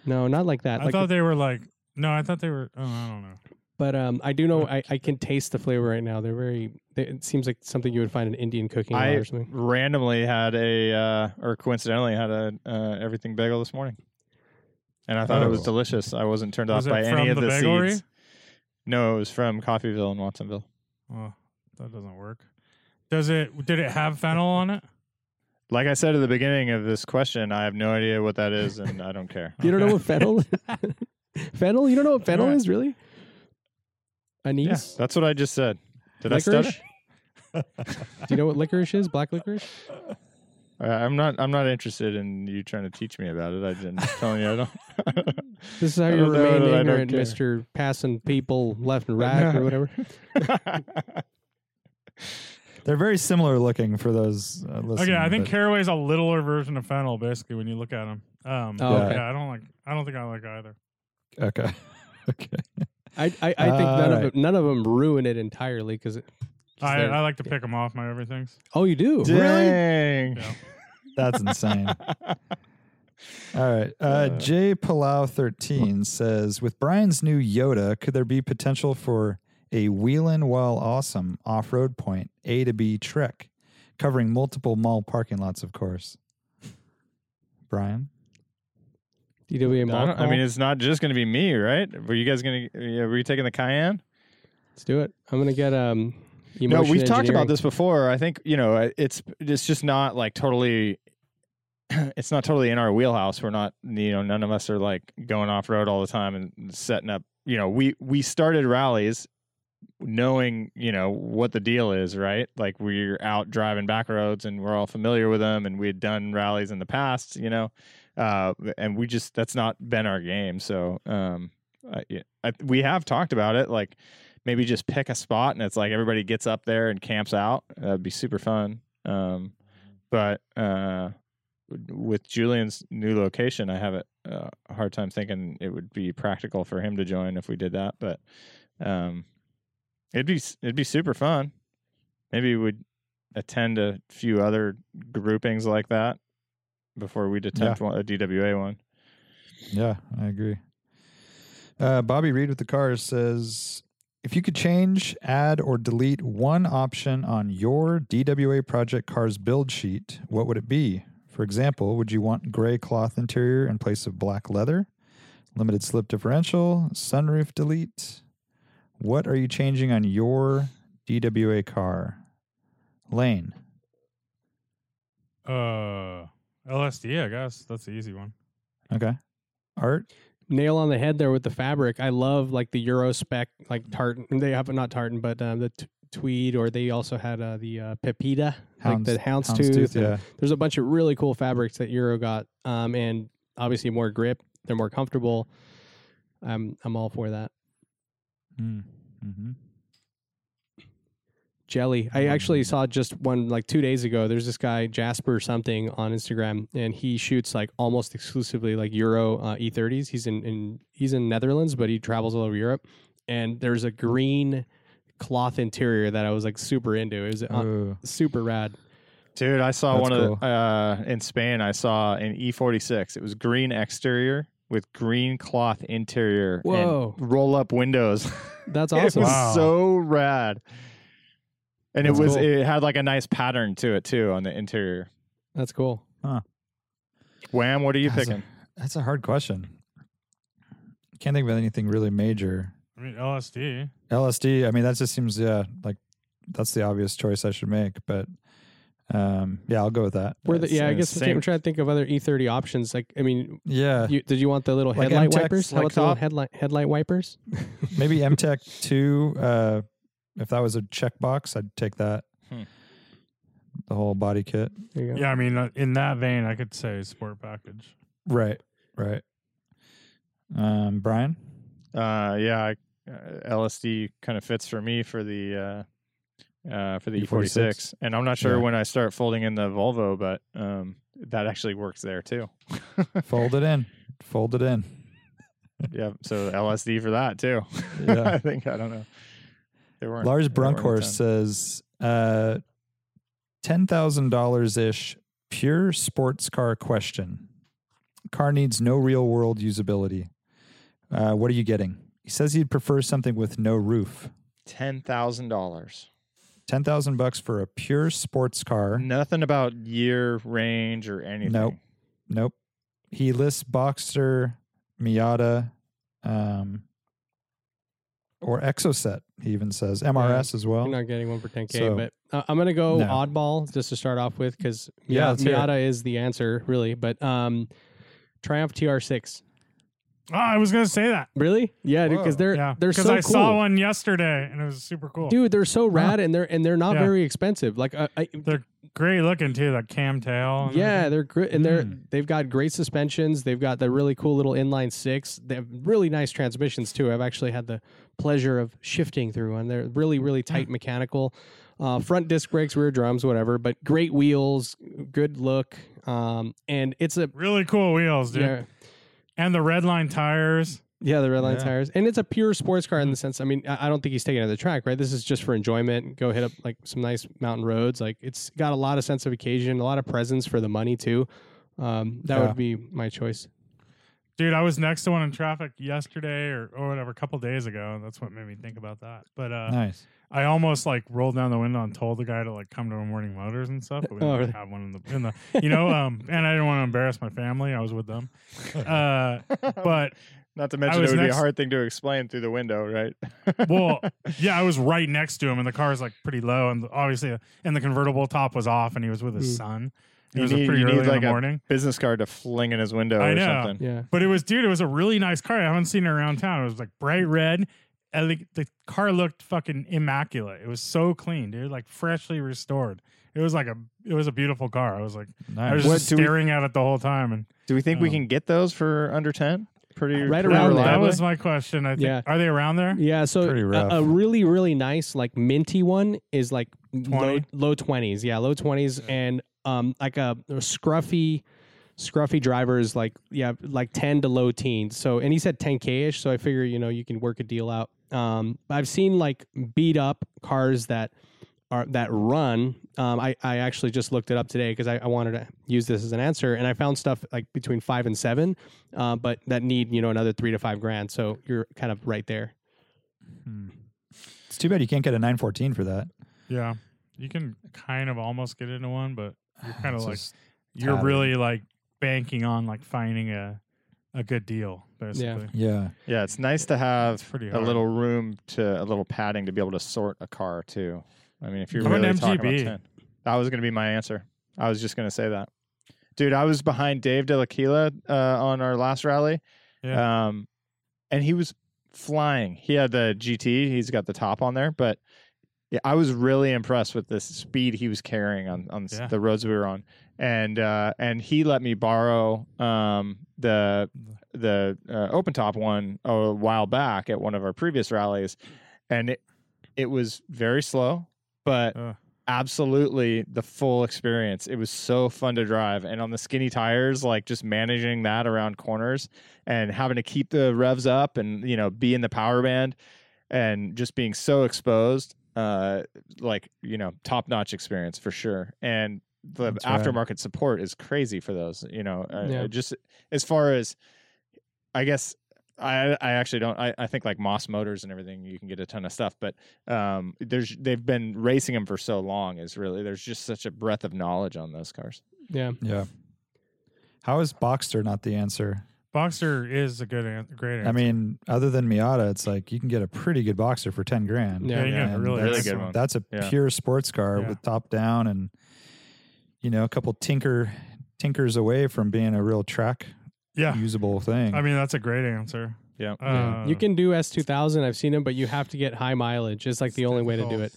Speaker 5: No, not like that.
Speaker 3: I
Speaker 5: like
Speaker 3: thought they were like no, I thought they were oh, I don't know.
Speaker 5: But um, I do know
Speaker 3: Wanna
Speaker 5: I, I can taste the flavor right now. They're very. They, it seems like something you would find in Indian cooking
Speaker 6: I
Speaker 5: or something.
Speaker 6: randomly had a uh, or coincidentally had a uh, everything bagel this morning, and I thought it was
Speaker 4: Oh.
Speaker 6: delicious. I wasn't turned
Speaker 3: Was
Speaker 6: off
Speaker 3: it
Speaker 6: by
Speaker 3: from
Speaker 6: any of
Speaker 3: the
Speaker 6: the
Speaker 3: bagelry?
Speaker 6: seeds. No, it was from Coffeeville and Watsonville.
Speaker 3: Well, that doesn't work. Does it did it have fennel on it?
Speaker 6: Like I said at the beginning of this question, I have no idea what that is, and I don't care.
Speaker 5: You don't know
Speaker 3: Okay.
Speaker 5: what fennel? fennel? You don't know what fennel is, really?
Speaker 6: Yeah,
Speaker 5: Anise?
Speaker 6: that's what I just said. Did I
Speaker 5: licorice?
Speaker 6: stutter?
Speaker 5: do you know what licorice is? Black licorice?
Speaker 6: Uh, I'm not. I'm not interested in you trying to teach me about it. I didn't I'm telling you. I don't.
Speaker 5: This is how
Speaker 6: I
Speaker 5: you
Speaker 6: don't know that
Speaker 5: remain
Speaker 6: I don't
Speaker 5: ignorant,
Speaker 6: care.
Speaker 5: Mister Passing people left and right or whatever.
Speaker 4: They're very similar looking for those. Uh, listening,
Speaker 3: Okay, I think
Speaker 4: but-
Speaker 3: caraway's a littler version of fennel basically when you look at them. Um
Speaker 5: Oh,
Speaker 3: yeah,
Speaker 5: okay.
Speaker 3: I don't like I don't think I like either.
Speaker 4: okay. okay.
Speaker 5: I I, I think
Speaker 4: All
Speaker 5: none
Speaker 4: right.
Speaker 5: of it, none of them ruin it entirely because.
Speaker 3: I, uh, I like to pick them off my everything's.
Speaker 5: oh, you do.
Speaker 6: Dang.
Speaker 3: Yeah.
Speaker 4: That's insane. All right. Uh, Jay Palau 13 says With Brian's new Yoda, could there be potential for a wheelin' while awesome off road point, A to B trek, covering multiple mall parking lots, of course? Brian?
Speaker 5: DWA
Speaker 6: I,
Speaker 5: mall.
Speaker 6: don't- I
Speaker 5: call?
Speaker 6: mean, it's not just going to be me, right? Were you guys going to? Yeah, were you taking the Cayenne?
Speaker 5: let's do it. I'm gonna get um.
Speaker 6: No,
Speaker 5: emotion
Speaker 6: we've talked
Speaker 5: engineering.
Speaker 6: about this before. I think you know I- it's it's just not like totally. It's not totally in our wheelhouse. We're not you know none of us are like going off road all the time and setting up. You know, we we started rallies knowing you know what the deal is right like we're out driving back roads and we're all familiar with them and we had done rallies in the past you know uh and we just that's not been our game so um I, yeah, I, we have talked about it like maybe just pick a spot and it's like everybody gets up there and camps out. That'd be super fun. Um, but uh, with Julian's new location, I have a, uh, a hard time thinking it would be practical for him to join if we did that. But um, it'd be s- it'd be super fun. Maybe we'd attend a few other groupings like that before we'd attempt one, a DWA one.
Speaker 4: Yeah, I agree. Uh, Bobby Reed with the cars says if you could change, add, or delete one option on your DWA Project Cars build sheet, what would it be? For example, would you want gray cloth interior in place of black leather? Limited slip differential, sunroof delete? What are you changing on your DWA car. Lane.
Speaker 3: Uh, LSD, I guess. That's the easy one.
Speaker 4: Okay. Art.
Speaker 5: Nail on the head there with the fabric. I love like the Euro spec, like tartan. They have not tartan, but um, the t- tweed, or they also had uh, the uh, pepita, like
Speaker 4: Hounds-
Speaker 5: the houndstooth.
Speaker 4: houndstooth,
Speaker 5: and
Speaker 4: yeah.
Speaker 5: There's a bunch of really cool fabrics that Euro got, um, and obviously more grip. They're more comfortable. I'm I'm all for that.
Speaker 4: Mm-hmm.
Speaker 5: jelly. I actually saw just one like two days ago. There's this guy Jasper something on Instagram, and he shoots like almost exclusively like Euro uh, E30s. He's in, in he's in Netherlands, but he travels all over Europe. And there's a green cloth interior that I was like super into. It was uh,
Speaker 4: Ooh.
Speaker 5: super rad.
Speaker 6: Dude, I saw
Speaker 4: That's
Speaker 6: one of the, uh, in Spain. I saw an E46. It was green exterior with green cloth interior.
Speaker 5: Whoa.
Speaker 6: and roll up windows.
Speaker 5: That's
Speaker 6: it
Speaker 5: awesome.
Speaker 6: was
Speaker 3: Wow.
Speaker 6: so rad. And
Speaker 4: That's
Speaker 6: it was
Speaker 4: cool.
Speaker 6: it had like a nice pattern to it too on the interior.
Speaker 5: That's cool.
Speaker 6: Wham! What are you
Speaker 4: That's a-
Speaker 6: picking?
Speaker 4: That's a hard question. Can't think of anything really major.
Speaker 3: I mean, LSD.
Speaker 4: LSD. I mean, that just seems yeah, like that's the obvious choice I should make. But um, yeah, I'll go with that.
Speaker 5: Where the,
Speaker 6: That's,
Speaker 5: yeah, I
Speaker 6: uh,
Speaker 5: guess
Speaker 6: same-
Speaker 5: I'm trying to think of other E30 options. Like, I mean,
Speaker 4: Yeah,
Speaker 5: you, did you want the little
Speaker 4: Uh, Like
Speaker 5: headlight
Speaker 4: MTEX,
Speaker 5: wipers? How
Speaker 4: like
Speaker 5: about the little
Speaker 4: top?
Speaker 5: headlight headlight wipers?
Speaker 4: maybe MTech two. Uh, if that was a checkbox, I'd take that.
Speaker 6: Hmm.
Speaker 4: The whole body kit.
Speaker 5: There you go.
Speaker 3: Yeah, I mean, uh, in that vein, I could say sport package.
Speaker 4: Right. Right. Um, Brian.
Speaker 6: Uh, yeah, I, uh, LSD kind of fits for me for the uh, uh, for the
Speaker 4: E46.
Speaker 6: E46. And I'm not sure
Speaker 4: E Yeah.
Speaker 6: when I start folding in the Volvo, but um, that actually works there too.
Speaker 4: Fold it in. Fold it in.
Speaker 6: yeah, so LSD for that too.
Speaker 4: Yeah.
Speaker 6: I think I don't know. There weren't
Speaker 4: Lars
Speaker 6: there weren't a
Speaker 4: Brunkhorst
Speaker 6: ton.
Speaker 4: says uh, ten thousand dollars ish pure sports car question. Car needs no real world usability. Uh, what are you getting? He says he'd prefer something with no roof.
Speaker 6: ten thousand dollars.
Speaker 4: Ten thousand bucks for a pure sports car.
Speaker 6: Nothing about year range or anything.
Speaker 4: Nope. Nope. He lists Boxster, Miata, um, or Exocet. He even says MRS as well.
Speaker 5: You're not getting one for 10k,
Speaker 4: So-
Speaker 5: but uh, I'm gonna go
Speaker 4: No.
Speaker 5: oddball just to start off with because
Speaker 4: Yeah,
Speaker 5: yeah,
Speaker 4: let's hear it.
Speaker 5: Miata is the answer really. But um, Triumph TR6,
Speaker 3: Oh, I was gonna say that.
Speaker 5: really? Yeah, because
Speaker 4: Whoa.
Speaker 5: they're
Speaker 3: yeah,
Speaker 5: they're so
Speaker 3: I
Speaker 5: cool.
Speaker 3: saw one yesterday and it was super cool.
Speaker 5: Dude, they're so rad and they're and they're not
Speaker 3: Yeah.
Speaker 5: very expensive. Like, uh, I,
Speaker 3: Great looking too. That cam tail. and
Speaker 5: yeah,
Speaker 3: everything.
Speaker 5: they're great and they're they've got great suspensions. They've got the really cool little inline six. They have really nice transmissions too. I've actually had the pleasure of shifting through one. They're really really tight mechanical, uh, front disc brakes, rear drums, whatever. But great wheels, good look, um, and it's a
Speaker 3: Really cool wheels, dude.
Speaker 5: yeah,
Speaker 3: And the red line tires.
Speaker 5: yeah the red line
Speaker 4: Yeah.
Speaker 5: tires, and it's a pure sports car in the sense. I mean, I I don't think he's taking it to the track, right? This is just for enjoyment. Go hit up like some nice mountain roads. Like it's got a lot of sense of occasion, a lot of presence for the money too. Um, that
Speaker 4: Yeah.
Speaker 5: would be my choice.
Speaker 3: Dude, I was next to one in traffic yesterday or, or whatever, a couple days ago. That's what made me think about that. But uh,
Speaker 4: nice.
Speaker 3: I almost like rolled down the window and told the guy to like come to a morning motors and stuff. But we didn't
Speaker 5: Oh, really?
Speaker 3: have one in the in the you know, um and I didn't want to embarrass my family. I was with them. Uh but
Speaker 6: Not to mention it
Speaker 3: was
Speaker 6: would be a
Speaker 3: next-
Speaker 6: hard thing to explain through the window, right?
Speaker 3: well, yeah, I was right next to him and the car's like pretty low and obviously uh, and the convertible top was off and he was with his
Speaker 5: Mm.
Speaker 3: son. It
Speaker 6: You
Speaker 3: was
Speaker 6: need-
Speaker 3: pretty
Speaker 6: you need,
Speaker 3: early in
Speaker 6: like,
Speaker 3: the
Speaker 6: a-
Speaker 3: morning.
Speaker 6: Business card to fling in his window
Speaker 3: I
Speaker 6: or
Speaker 3: know.
Speaker 6: something.
Speaker 5: Yeah.
Speaker 3: But it was, dude, it was a really nice car. I haven't seen it around town. It was like bright red. And the, the car looked fucking immaculate. It was so clean, dude, like freshly restored. It was like a, it was a beautiful car. I was like, I was
Speaker 4: Nice.
Speaker 6: What
Speaker 3: just
Speaker 6: do we-
Speaker 3: staring at it the whole time. And
Speaker 6: Do we think we
Speaker 3: Um,
Speaker 6: can get those for under ten? Pretty
Speaker 5: Right
Speaker 6: pretty
Speaker 5: around there.
Speaker 3: that,
Speaker 6: reliably?
Speaker 3: was my question. I think,
Speaker 5: Yeah.
Speaker 3: are they around there?
Speaker 5: Yeah, so
Speaker 4: Pretty
Speaker 5: a-
Speaker 4: rough.
Speaker 5: A, really really nice like minty one is like
Speaker 3: 20?
Speaker 5: low low 20s. Yeah, low 20s and um like a, a scruffy scruffy driver is like yeah, like 10 to low teens. So and he said 10k-ish, so I figure, you know, you can work a deal out. Um I've seen like beat up cars that are that run. Um I I actually just looked it up today because I, I wanted to use this as an answer and I found stuff like between 5 and 7 uh, but that need, you know, another 3 to 5 grand. So you're kind of right there.
Speaker 4: It's too bad you can't get a 914 for that.
Speaker 3: Yeah. You can kind of almost get into one, but you're kind of
Speaker 4: It's
Speaker 3: like,
Speaker 4: just-
Speaker 3: you're
Speaker 4: tired.
Speaker 3: really like banking on like finding a, a good deal, basically.
Speaker 4: Yeah.
Speaker 6: Yeah, it's nice to have
Speaker 3: pretty
Speaker 6: a
Speaker 3: hard.
Speaker 6: little room to a little padding to be able to sort a car too. I mean, if you're
Speaker 3: I'm an
Speaker 6: really talking about
Speaker 3: MGB.
Speaker 6: 10. That was going to be my answer. I was just going to say that. Dude, I was behind Dave De La Quila, uh, on our last rally.
Speaker 3: Yeah.
Speaker 6: Um, and he was flying. He had the GT, he's got the top on there, but yeah, I was really impressed with the speed he was carrying on on s-
Speaker 3: Yeah.
Speaker 6: the roads we were on. And uh, and he let me borrow um, the the uh, open top one a while back at one of our previous rallies, and it it was very slow, but
Speaker 3: Uh.
Speaker 6: absolutely the full experience. It was so fun to drive, and on the skinny tires, like just managing that around corners and having to keep the revs up, and you know, be in the power band, and just being so exposed. Uh, like you know, top notch experience for sure, and the
Speaker 4: That's right.
Speaker 6: aftermarket support is crazy for those. You know, uh,
Speaker 5: Yeah.
Speaker 6: just as far as I guess I I actually don't I, I think like Moss Motors and everything you can get a ton of stuff, but um there's they've been racing them for so long is really there's just such a breadth of knowledge on those cars.
Speaker 5: Yeah.
Speaker 4: Yeah. How is Boxster not the answer?
Speaker 3: Boxer is a good, an- great. Answer.
Speaker 4: I mean, other than Miata, it's like you can get a pretty good Boxster for 10 grand.
Speaker 5: Yeah,
Speaker 3: yeah, you
Speaker 6: yeah.
Speaker 3: got a
Speaker 4: And
Speaker 3: really,
Speaker 6: Really
Speaker 4: that's,
Speaker 3: nice
Speaker 6: good
Speaker 3: one.
Speaker 6: one.
Speaker 4: That's a
Speaker 6: Yeah.
Speaker 4: pure sports car
Speaker 3: Yeah.
Speaker 4: with top down and you know a couple tinker tinkers away from being a real track
Speaker 3: Yeah,
Speaker 4: usable thing.
Speaker 3: I mean that's a great answer.
Speaker 6: Yeah.
Speaker 5: Yeah.
Speaker 3: Uh,
Speaker 5: you can do S2000. I've seen them, but you have to get high mileage. It's like the only way to do it.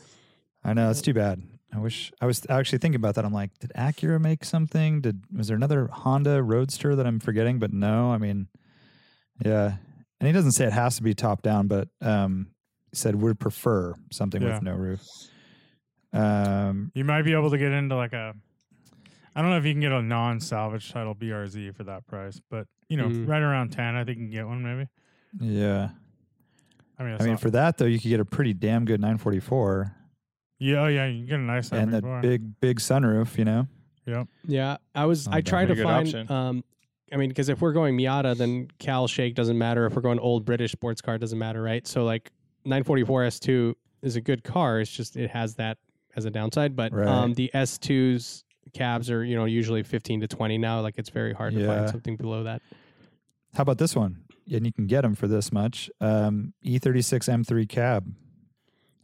Speaker 4: I know it's too bad. I wish I was actually thinking about that. I'm like, did Acura make something? Did was there another Honda Roadster that I'm forgetting? But no, I mean, yeah. And he doesn't say it has to be top down, but um, he said would prefer something
Speaker 3: Yeah.
Speaker 4: with no roof. Um,
Speaker 3: You might be able to get into like a. I don't know if you can get a non-salvage title BRZ for that price, but you know,
Speaker 5: Mm.
Speaker 3: right around ten, I think you can get one. Maybe.
Speaker 4: yeah.
Speaker 3: I mean,
Speaker 4: I
Speaker 3: it's
Speaker 4: mean,
Speaker 3: not-
Speaker 4: for that though, you could get a pretty damn good 944
Speaker 3: yeah, oh, yeah, you can get a nice
Speaker 4: and that
Speaker 3: 94.
Speaker 4: big, big sunroof. You know,
Speaker 5: Yeah, I was.
Speaker 4: Not
Speaker 5: I
Speaker 4: a bad
Speaker 5: tried to
Speaker 6: Pretty good
Speaker 5: find.
Speaker 6: option.
Speaker 5: Um, I mean, because if we're going Miata, then Cal Shake doesn't matter. If we're going old British sports car, it doesn't matter, right? So like 944 S2 is a good car. It's just it has that as a downside. But
Speaker 4: Right.
Speaker 5: um, the S2s cabs are you know usually 15 to 20 now. Like it's very hard to
Speaker 4: Yeah.
Speaker 5: find something below that.
Speaker 4: how about this one? And you can get them for this much. Um, E36 M3 cab.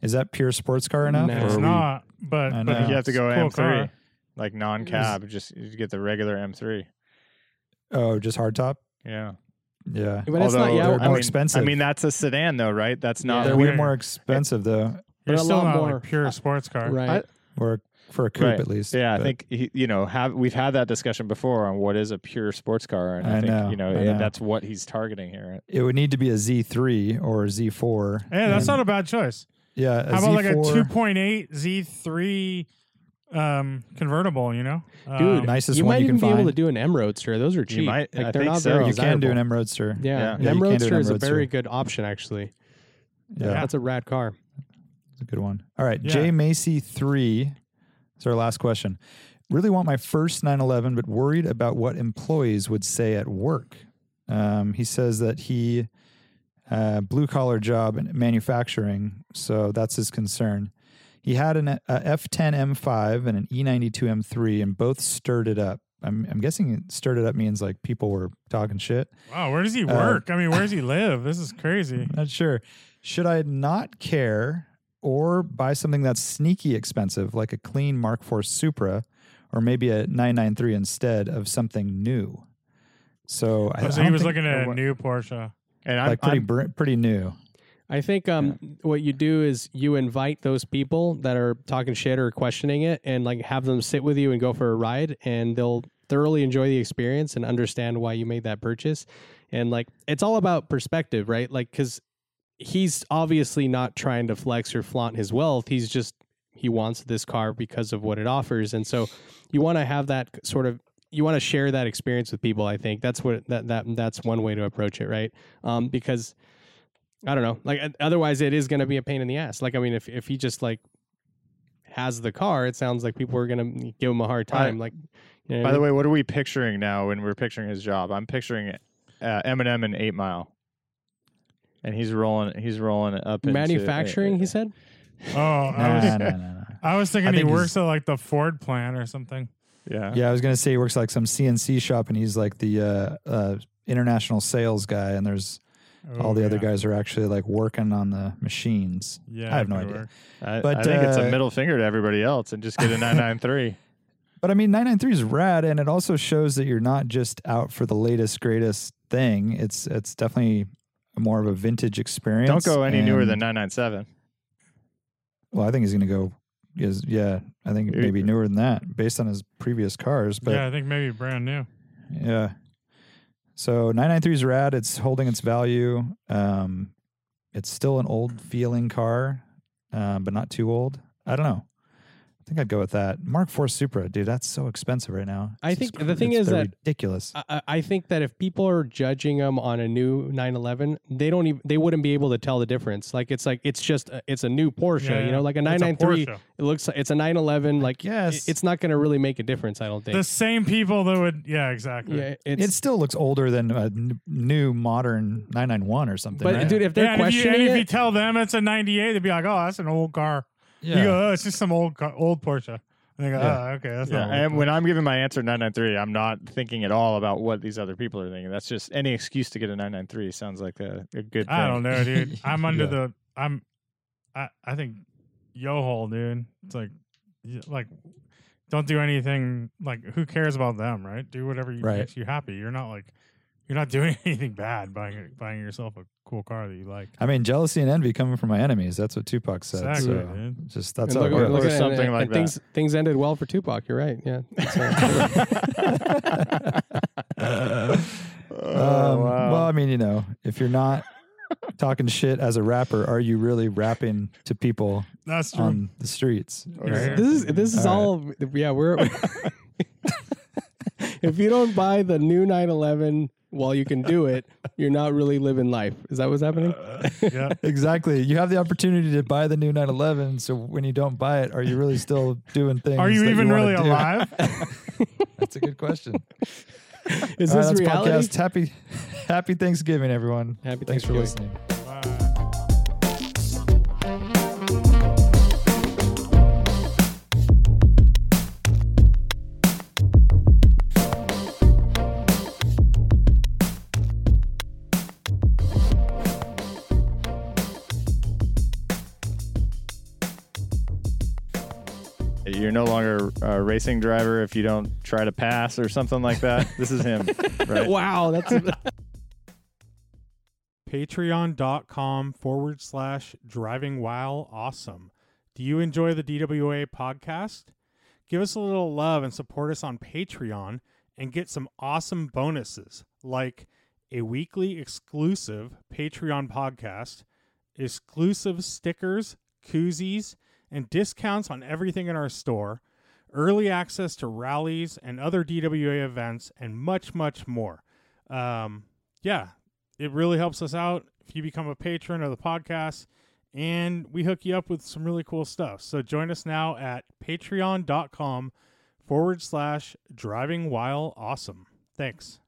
Speaker 4: Is that pure sports car enough?
Speaker 5: No.
Speaker 4: or
Speaker 3: it's
Speaker 4: are we-
Speaker 3: not, but,
Speaker 4: I
Speaker 3: but
Speaker 4: know.
Speaker 6: You have to
Speaker 3: it's
Speaker 6: go
Speaker 3: a cool
Speaker 6: M3
Speaker 3: car.
Speaker 6: like non-cab, just you get the regular M3.
Speaker 4: Oh, just hardtop.
Speaker 6: Yeah.
Speaker 4: Yeah,
Speaker 5: But it's not.
Speaker 6: Although
Speaker 5: Yeah,
Speaker 4: they're
Speaker 6: I
Speaker 4: more
Speaker 6: mean,
Speaker 4: expensive.
Speaker 6: I mean that's a sedan though, right? That's
Speaker 5: Uh,
Speaker 6: not
Speaker 4: they're
Speaker 3: we-
Speaker 4: way more expensive though,
Speaker 3: You're
Speaker 5: But a
Speaker 3: still
Speaker 5: lot
Speaker 3: not
Speaker 5: more-
Speaker 3: like pure sports car.
Speaker 5: right.
Speaker 6: I-
Speaker 4: or for a coupe
Speaker 6: Right.
Speaker 4: at least.
Speaker 6: Yeah,
Speaker 4: but-
Speaker 6: I think he, you know have we've had that discussion before on what is a pure sports car, and I,
Speaker 4: I
Speaker 6: think
Speaker 4: know,
Speaker 6: you know,
Speaker 4: I
Speaker 6: and
Speaker 4: know.
Speaker 6: that's what he's targeting here.
Speaker 4: it would need to be a Z3 or a Z4.
Speaker 3: Yeah, that's not a bad choice.
Speaker 4: yeah.
Speaker 3: How about like a 2.8 Z3 um, convertible? You know,
Speaker 5: Dude,
Speaker 3: Um,
Speaker 4: uh, nicest
Speaker 5: you
Speaker 4: one
Speaker 5: might
Speaker 4: you can
Speaker 5: even be
Speaker 4: find.
Speaker 5: able to do an M Roadster. Those are cheap.
Speaker 6: might-
Speaker 5: like
Speaker 6: I
Speaker 5: they're
Speaker 6: think
Speaker 5: not
Speaker 6: so.
Speaker 5: very
Speaker 4: you can do an
Speaker 5: desirable.
Speaker 4: M Roadster.
Speaker 5: Yeah,
Speaker 6: Yeah.
Speaker 5: an
Speaker 4: Yeah, you can
Speaker 5: M
Speaker 4: do an
Speaker 5: Roadster
Speaker 4: M
Speaker 5: is a
Speaker 4: Roadster.
Speaker 5: very good option actually.
Speaker 4: yeah,
Speaker 3: Yeah.
Speaker 5: That's a rad car.
Speaker 4: that's a good one. All right,
Speaker 3: Yeah.
Speaker 4: J Macy three. It's our last question. Really want my first 911, but worried about what employees would say at work. Um, he says that he uh, blue collar job in manufacturing, so that's his concern. He had an F 10 M5 and an E E92 M3, and both stirred it up. I'm, I'm guessing stirred it up means like people were talking shit.
Speaker 3: wow, where does he
Speaker 4: uh,
Speaker 3: work? I mean, where does he live? This is crazy.
Speaker 4: Not sure. Should I not care or buy something that's sneaky expensive, like a clean Mark IV Supra, or maybe a 993 instead of something new? So, I,
Speaker 3: Oh, so he
Speaker 4: I don't
Speaker 3: was
Speaker 4: think-
Speaker 3: looking at
Speaker 4: or
Speaker 3: a
Speaker 4: what-
Speaker 3: new Porsche.
Speaker 6: And I'm,
Speaker 4: like pretty
Speaker 6: I'm-
Speaker 4: br- pretty new.
Speaker 5: I think um, what you do is you invite those people that are talking shit or questioning it, and like have them sit with you and go for a ride, and they'll thoroughly enjoy the experience and understand why you made that purchase. And like, it's all about perspective, right? Like, because he's obviously not trying to flex or flaunt his wealth. He's just he wants this car because of what it offers, and so you want to have that sort of you want to share that experience with people. I think that's what that that that's one way to approach it, right? Um, because I don't know. Like o- otherwise, it is going to be a pain in the ass. Like I mean, if if he just like has the car, it sounds like people are going to give him a hard
Speaker 6: By-
Speaker 5: time. like, you know,
Speaker 6: by the way, what are we picturing now when we're picturing his job? I'm picturing uh, Eminem and Eight Mile, and he's rolling. He's rolling it up into- uh,
Speaker 5: manufacturing. he said,
Speaker 3: Oh, I
Speaker 4: Nah,
Speaker 3: was,
Speaker 4: nah, nah, nah, nah.
Speaker 3: I was thinking
Speaker 4: I
Speaker 3: he
Speaker 4: think he's-
Speaker 3: works at like the Ford plant or something.
Speaker 6: yeah.
Speaker 4: Yeah, I was gonna say he works like some CNC shop, and he's like the uh, uh, international sales guy, and there's all
Speaker 3: Oh,
Speaker 4: the other
Speaker 3: yeah.
Speaker 4: guys are actually like working on the machines.
Speaker 3: Yeah,
Speaker 4: I have no
Speaker 3: everywhere.
Speaker 4: idea.
Speaker 6: I,
Speaker 4: But,
Speaker 6: I think it's
Speaker 4: uh,
Speaker 6: a middle finger to everybody else and just get a 993.
Speaker 4: But I mean, 993 is rad, and it also shows that you're not just out for the latest, greatest thing. It's it's definitely more of a vintage
Speaker 6: Don't
Speaker 4: experience.
Speaker 6: go any newer
Speaker 4: and-
Speaker 6: than 997.
Speaker 4: Well, I think he's going to go. Is yeah, I think
Speaker 6: Dude.
Speaker 4: maybe newer than that based on his previous cars. But
Speaker 3: yeah, I think maybe brand new.
Speaker 4: Yeah. So 993 is rad. It's holding its value. Um, it's still an old feeling car, um, but not too old. I don't know. I think I'd go with that. Mark IV Supra, dude, that's so expensive right now.
Speaker 5: I
Speaker 4: It's
Speaker 5: think
Speaker 4: just
Speaker 5: the thing
Speaker 4: it's-
Speaker 5: is
Speaker 4: they're
Speaker 5: that-
Speaker 4: ridiculous.
Speaker 5: I, I- I think that if people are judging them on a new 911, they don't even they wouldn't be able to tell the difference. Like it's like it's just a, it's a new Porsche,
Speaker 3: Yeah,
Speaker 5: you
Speaker 3: yeah.
Speaker 5: know, like a
Speaker 3: It's a
Speaker 5: 993.
Speaker 3: Porsche.
Speaker 5: it looks like it's a 911. Like
Speaker 4: guess.
Speaker 5: it- it's not going to really make a difference. I don't think.
Speaker 3: The same people that would, yeah, exactly.
Speaker 5: yeah, it's,
Speaker 4: It still looks older than a n- new modern 991 or something.
Speaker 5: but
Speaker 4: right?
Speaker 5: dude, if they're
Speaker 3: Yeah, and if, you,
Speaker 5: questioning
Speaker 3: and if you
Speaker 5: it,
Speaker 3: tell them it's a '98, they'd be like, "Oh, that's an old car." You go, "Oh, it's just some old car, old Porsche." And they go,
Speaker 4: Yeah.
Speaker 3: "Oh, okay, that's
Speaker 6: Yeah,
Speaker 3: not." an old
Speaker 6: and
Speaker 3: car."
Speaker 6: when I'm giving my answer 993, I'm not thinking at all about what these other people are thinking. That's just any excuse to get a 993 sounds like a, a good thing.
Speaker 3: I don't know, dude. I'm under
Speaker 4: Yeah.
Speaker 3: the. I'm. I I think, yohol, dude. It's like, y- like, don't do anything. Like, who cares about them, right? Do whatever you,
Speaker 4: Right.
Speaker 3: makes you happy. You're not like, you're not doing anything bad buying buying yourself a cool car that you like.
Speaker 4: I mean, jealousy and envy coming from my enemies. That's what Tupac said.
Speaker 3: Exactly,
Speaker 4: so
Speaker 3: dude.
Speaker 4: just that's
Speaker 5: and
Speaker 4: how
Speaker 5: look-
Speaker 4: it
Speaker 6: at-
Speaker 4: goes.
Speaker 5: look
Speaker 6: Or
Speaker 5: at it,
Speaker 6: something
Speaker 5: and-
Speaker 6: like
Speaker 5: and things, Things ended well for Tupac. You're right. Yeah. So-
Speaker 3: Oh,
Speaker 4: Um,
Speaker 6: wow.
Speaker 4: Well, I mean, you know, if you're not talking shit as a rapper, are you really rapping to people
Speaker 3: That's true.
Speaker 4: on the streets?
Speaker 3: Right.
Speaker 5: this is this is all.
Speaker 4: All
Speaker 5: Yeah, we're. if you don't buy the new 911 while you can do it, you're not really living life. Is that what's happening?
Speaker 3: yeah.
Speaker 4: Exactly. You have the opportunity to buy the new 911. So when you don't buy it, are you really still doing things?
Speaker 3: Are you
Speaker 4: that
Speaker 3: even
Speaker 4: wanna
Speaker 3: really
Speaker 4: do?
Speaker 3: alive?
Speaker 4: That's a good question.
Speaker 5: Is
Speaker 4: All right,
Speaker 5: this
Speaker 4: that's
Speaker 5: reality?
Speaker 4: podcast. Happy, happy Thanksgiving, everyone.
Speaker 5: Happy
Speaker 4: Thanks for
Speaker 5: Thanksgiving.
Speaker 4: listening.
Speaker 3: Bye.
Speaker 6: You're no longer a racing driver if you don't try to pass or something like that. this is him. Right?
Speaker 5: Wow, that's
Speaker 3: patreon.com forward slash driving while awesome. Do you enjoy the DWA podcast? Give us a little love and support us on Patreon and get some awesome bonuses like a weekly exclusive Patreon podcast, exclusive stickers, koozies, and discounts on everything in our store, early access to rallies and other DWA events, and much, much more. Um, yeah, it really helps us out if you become a patron of the podcast and we hook you up with some really cool stuff so join us now at patreon.com forward slash driving while awesome thanks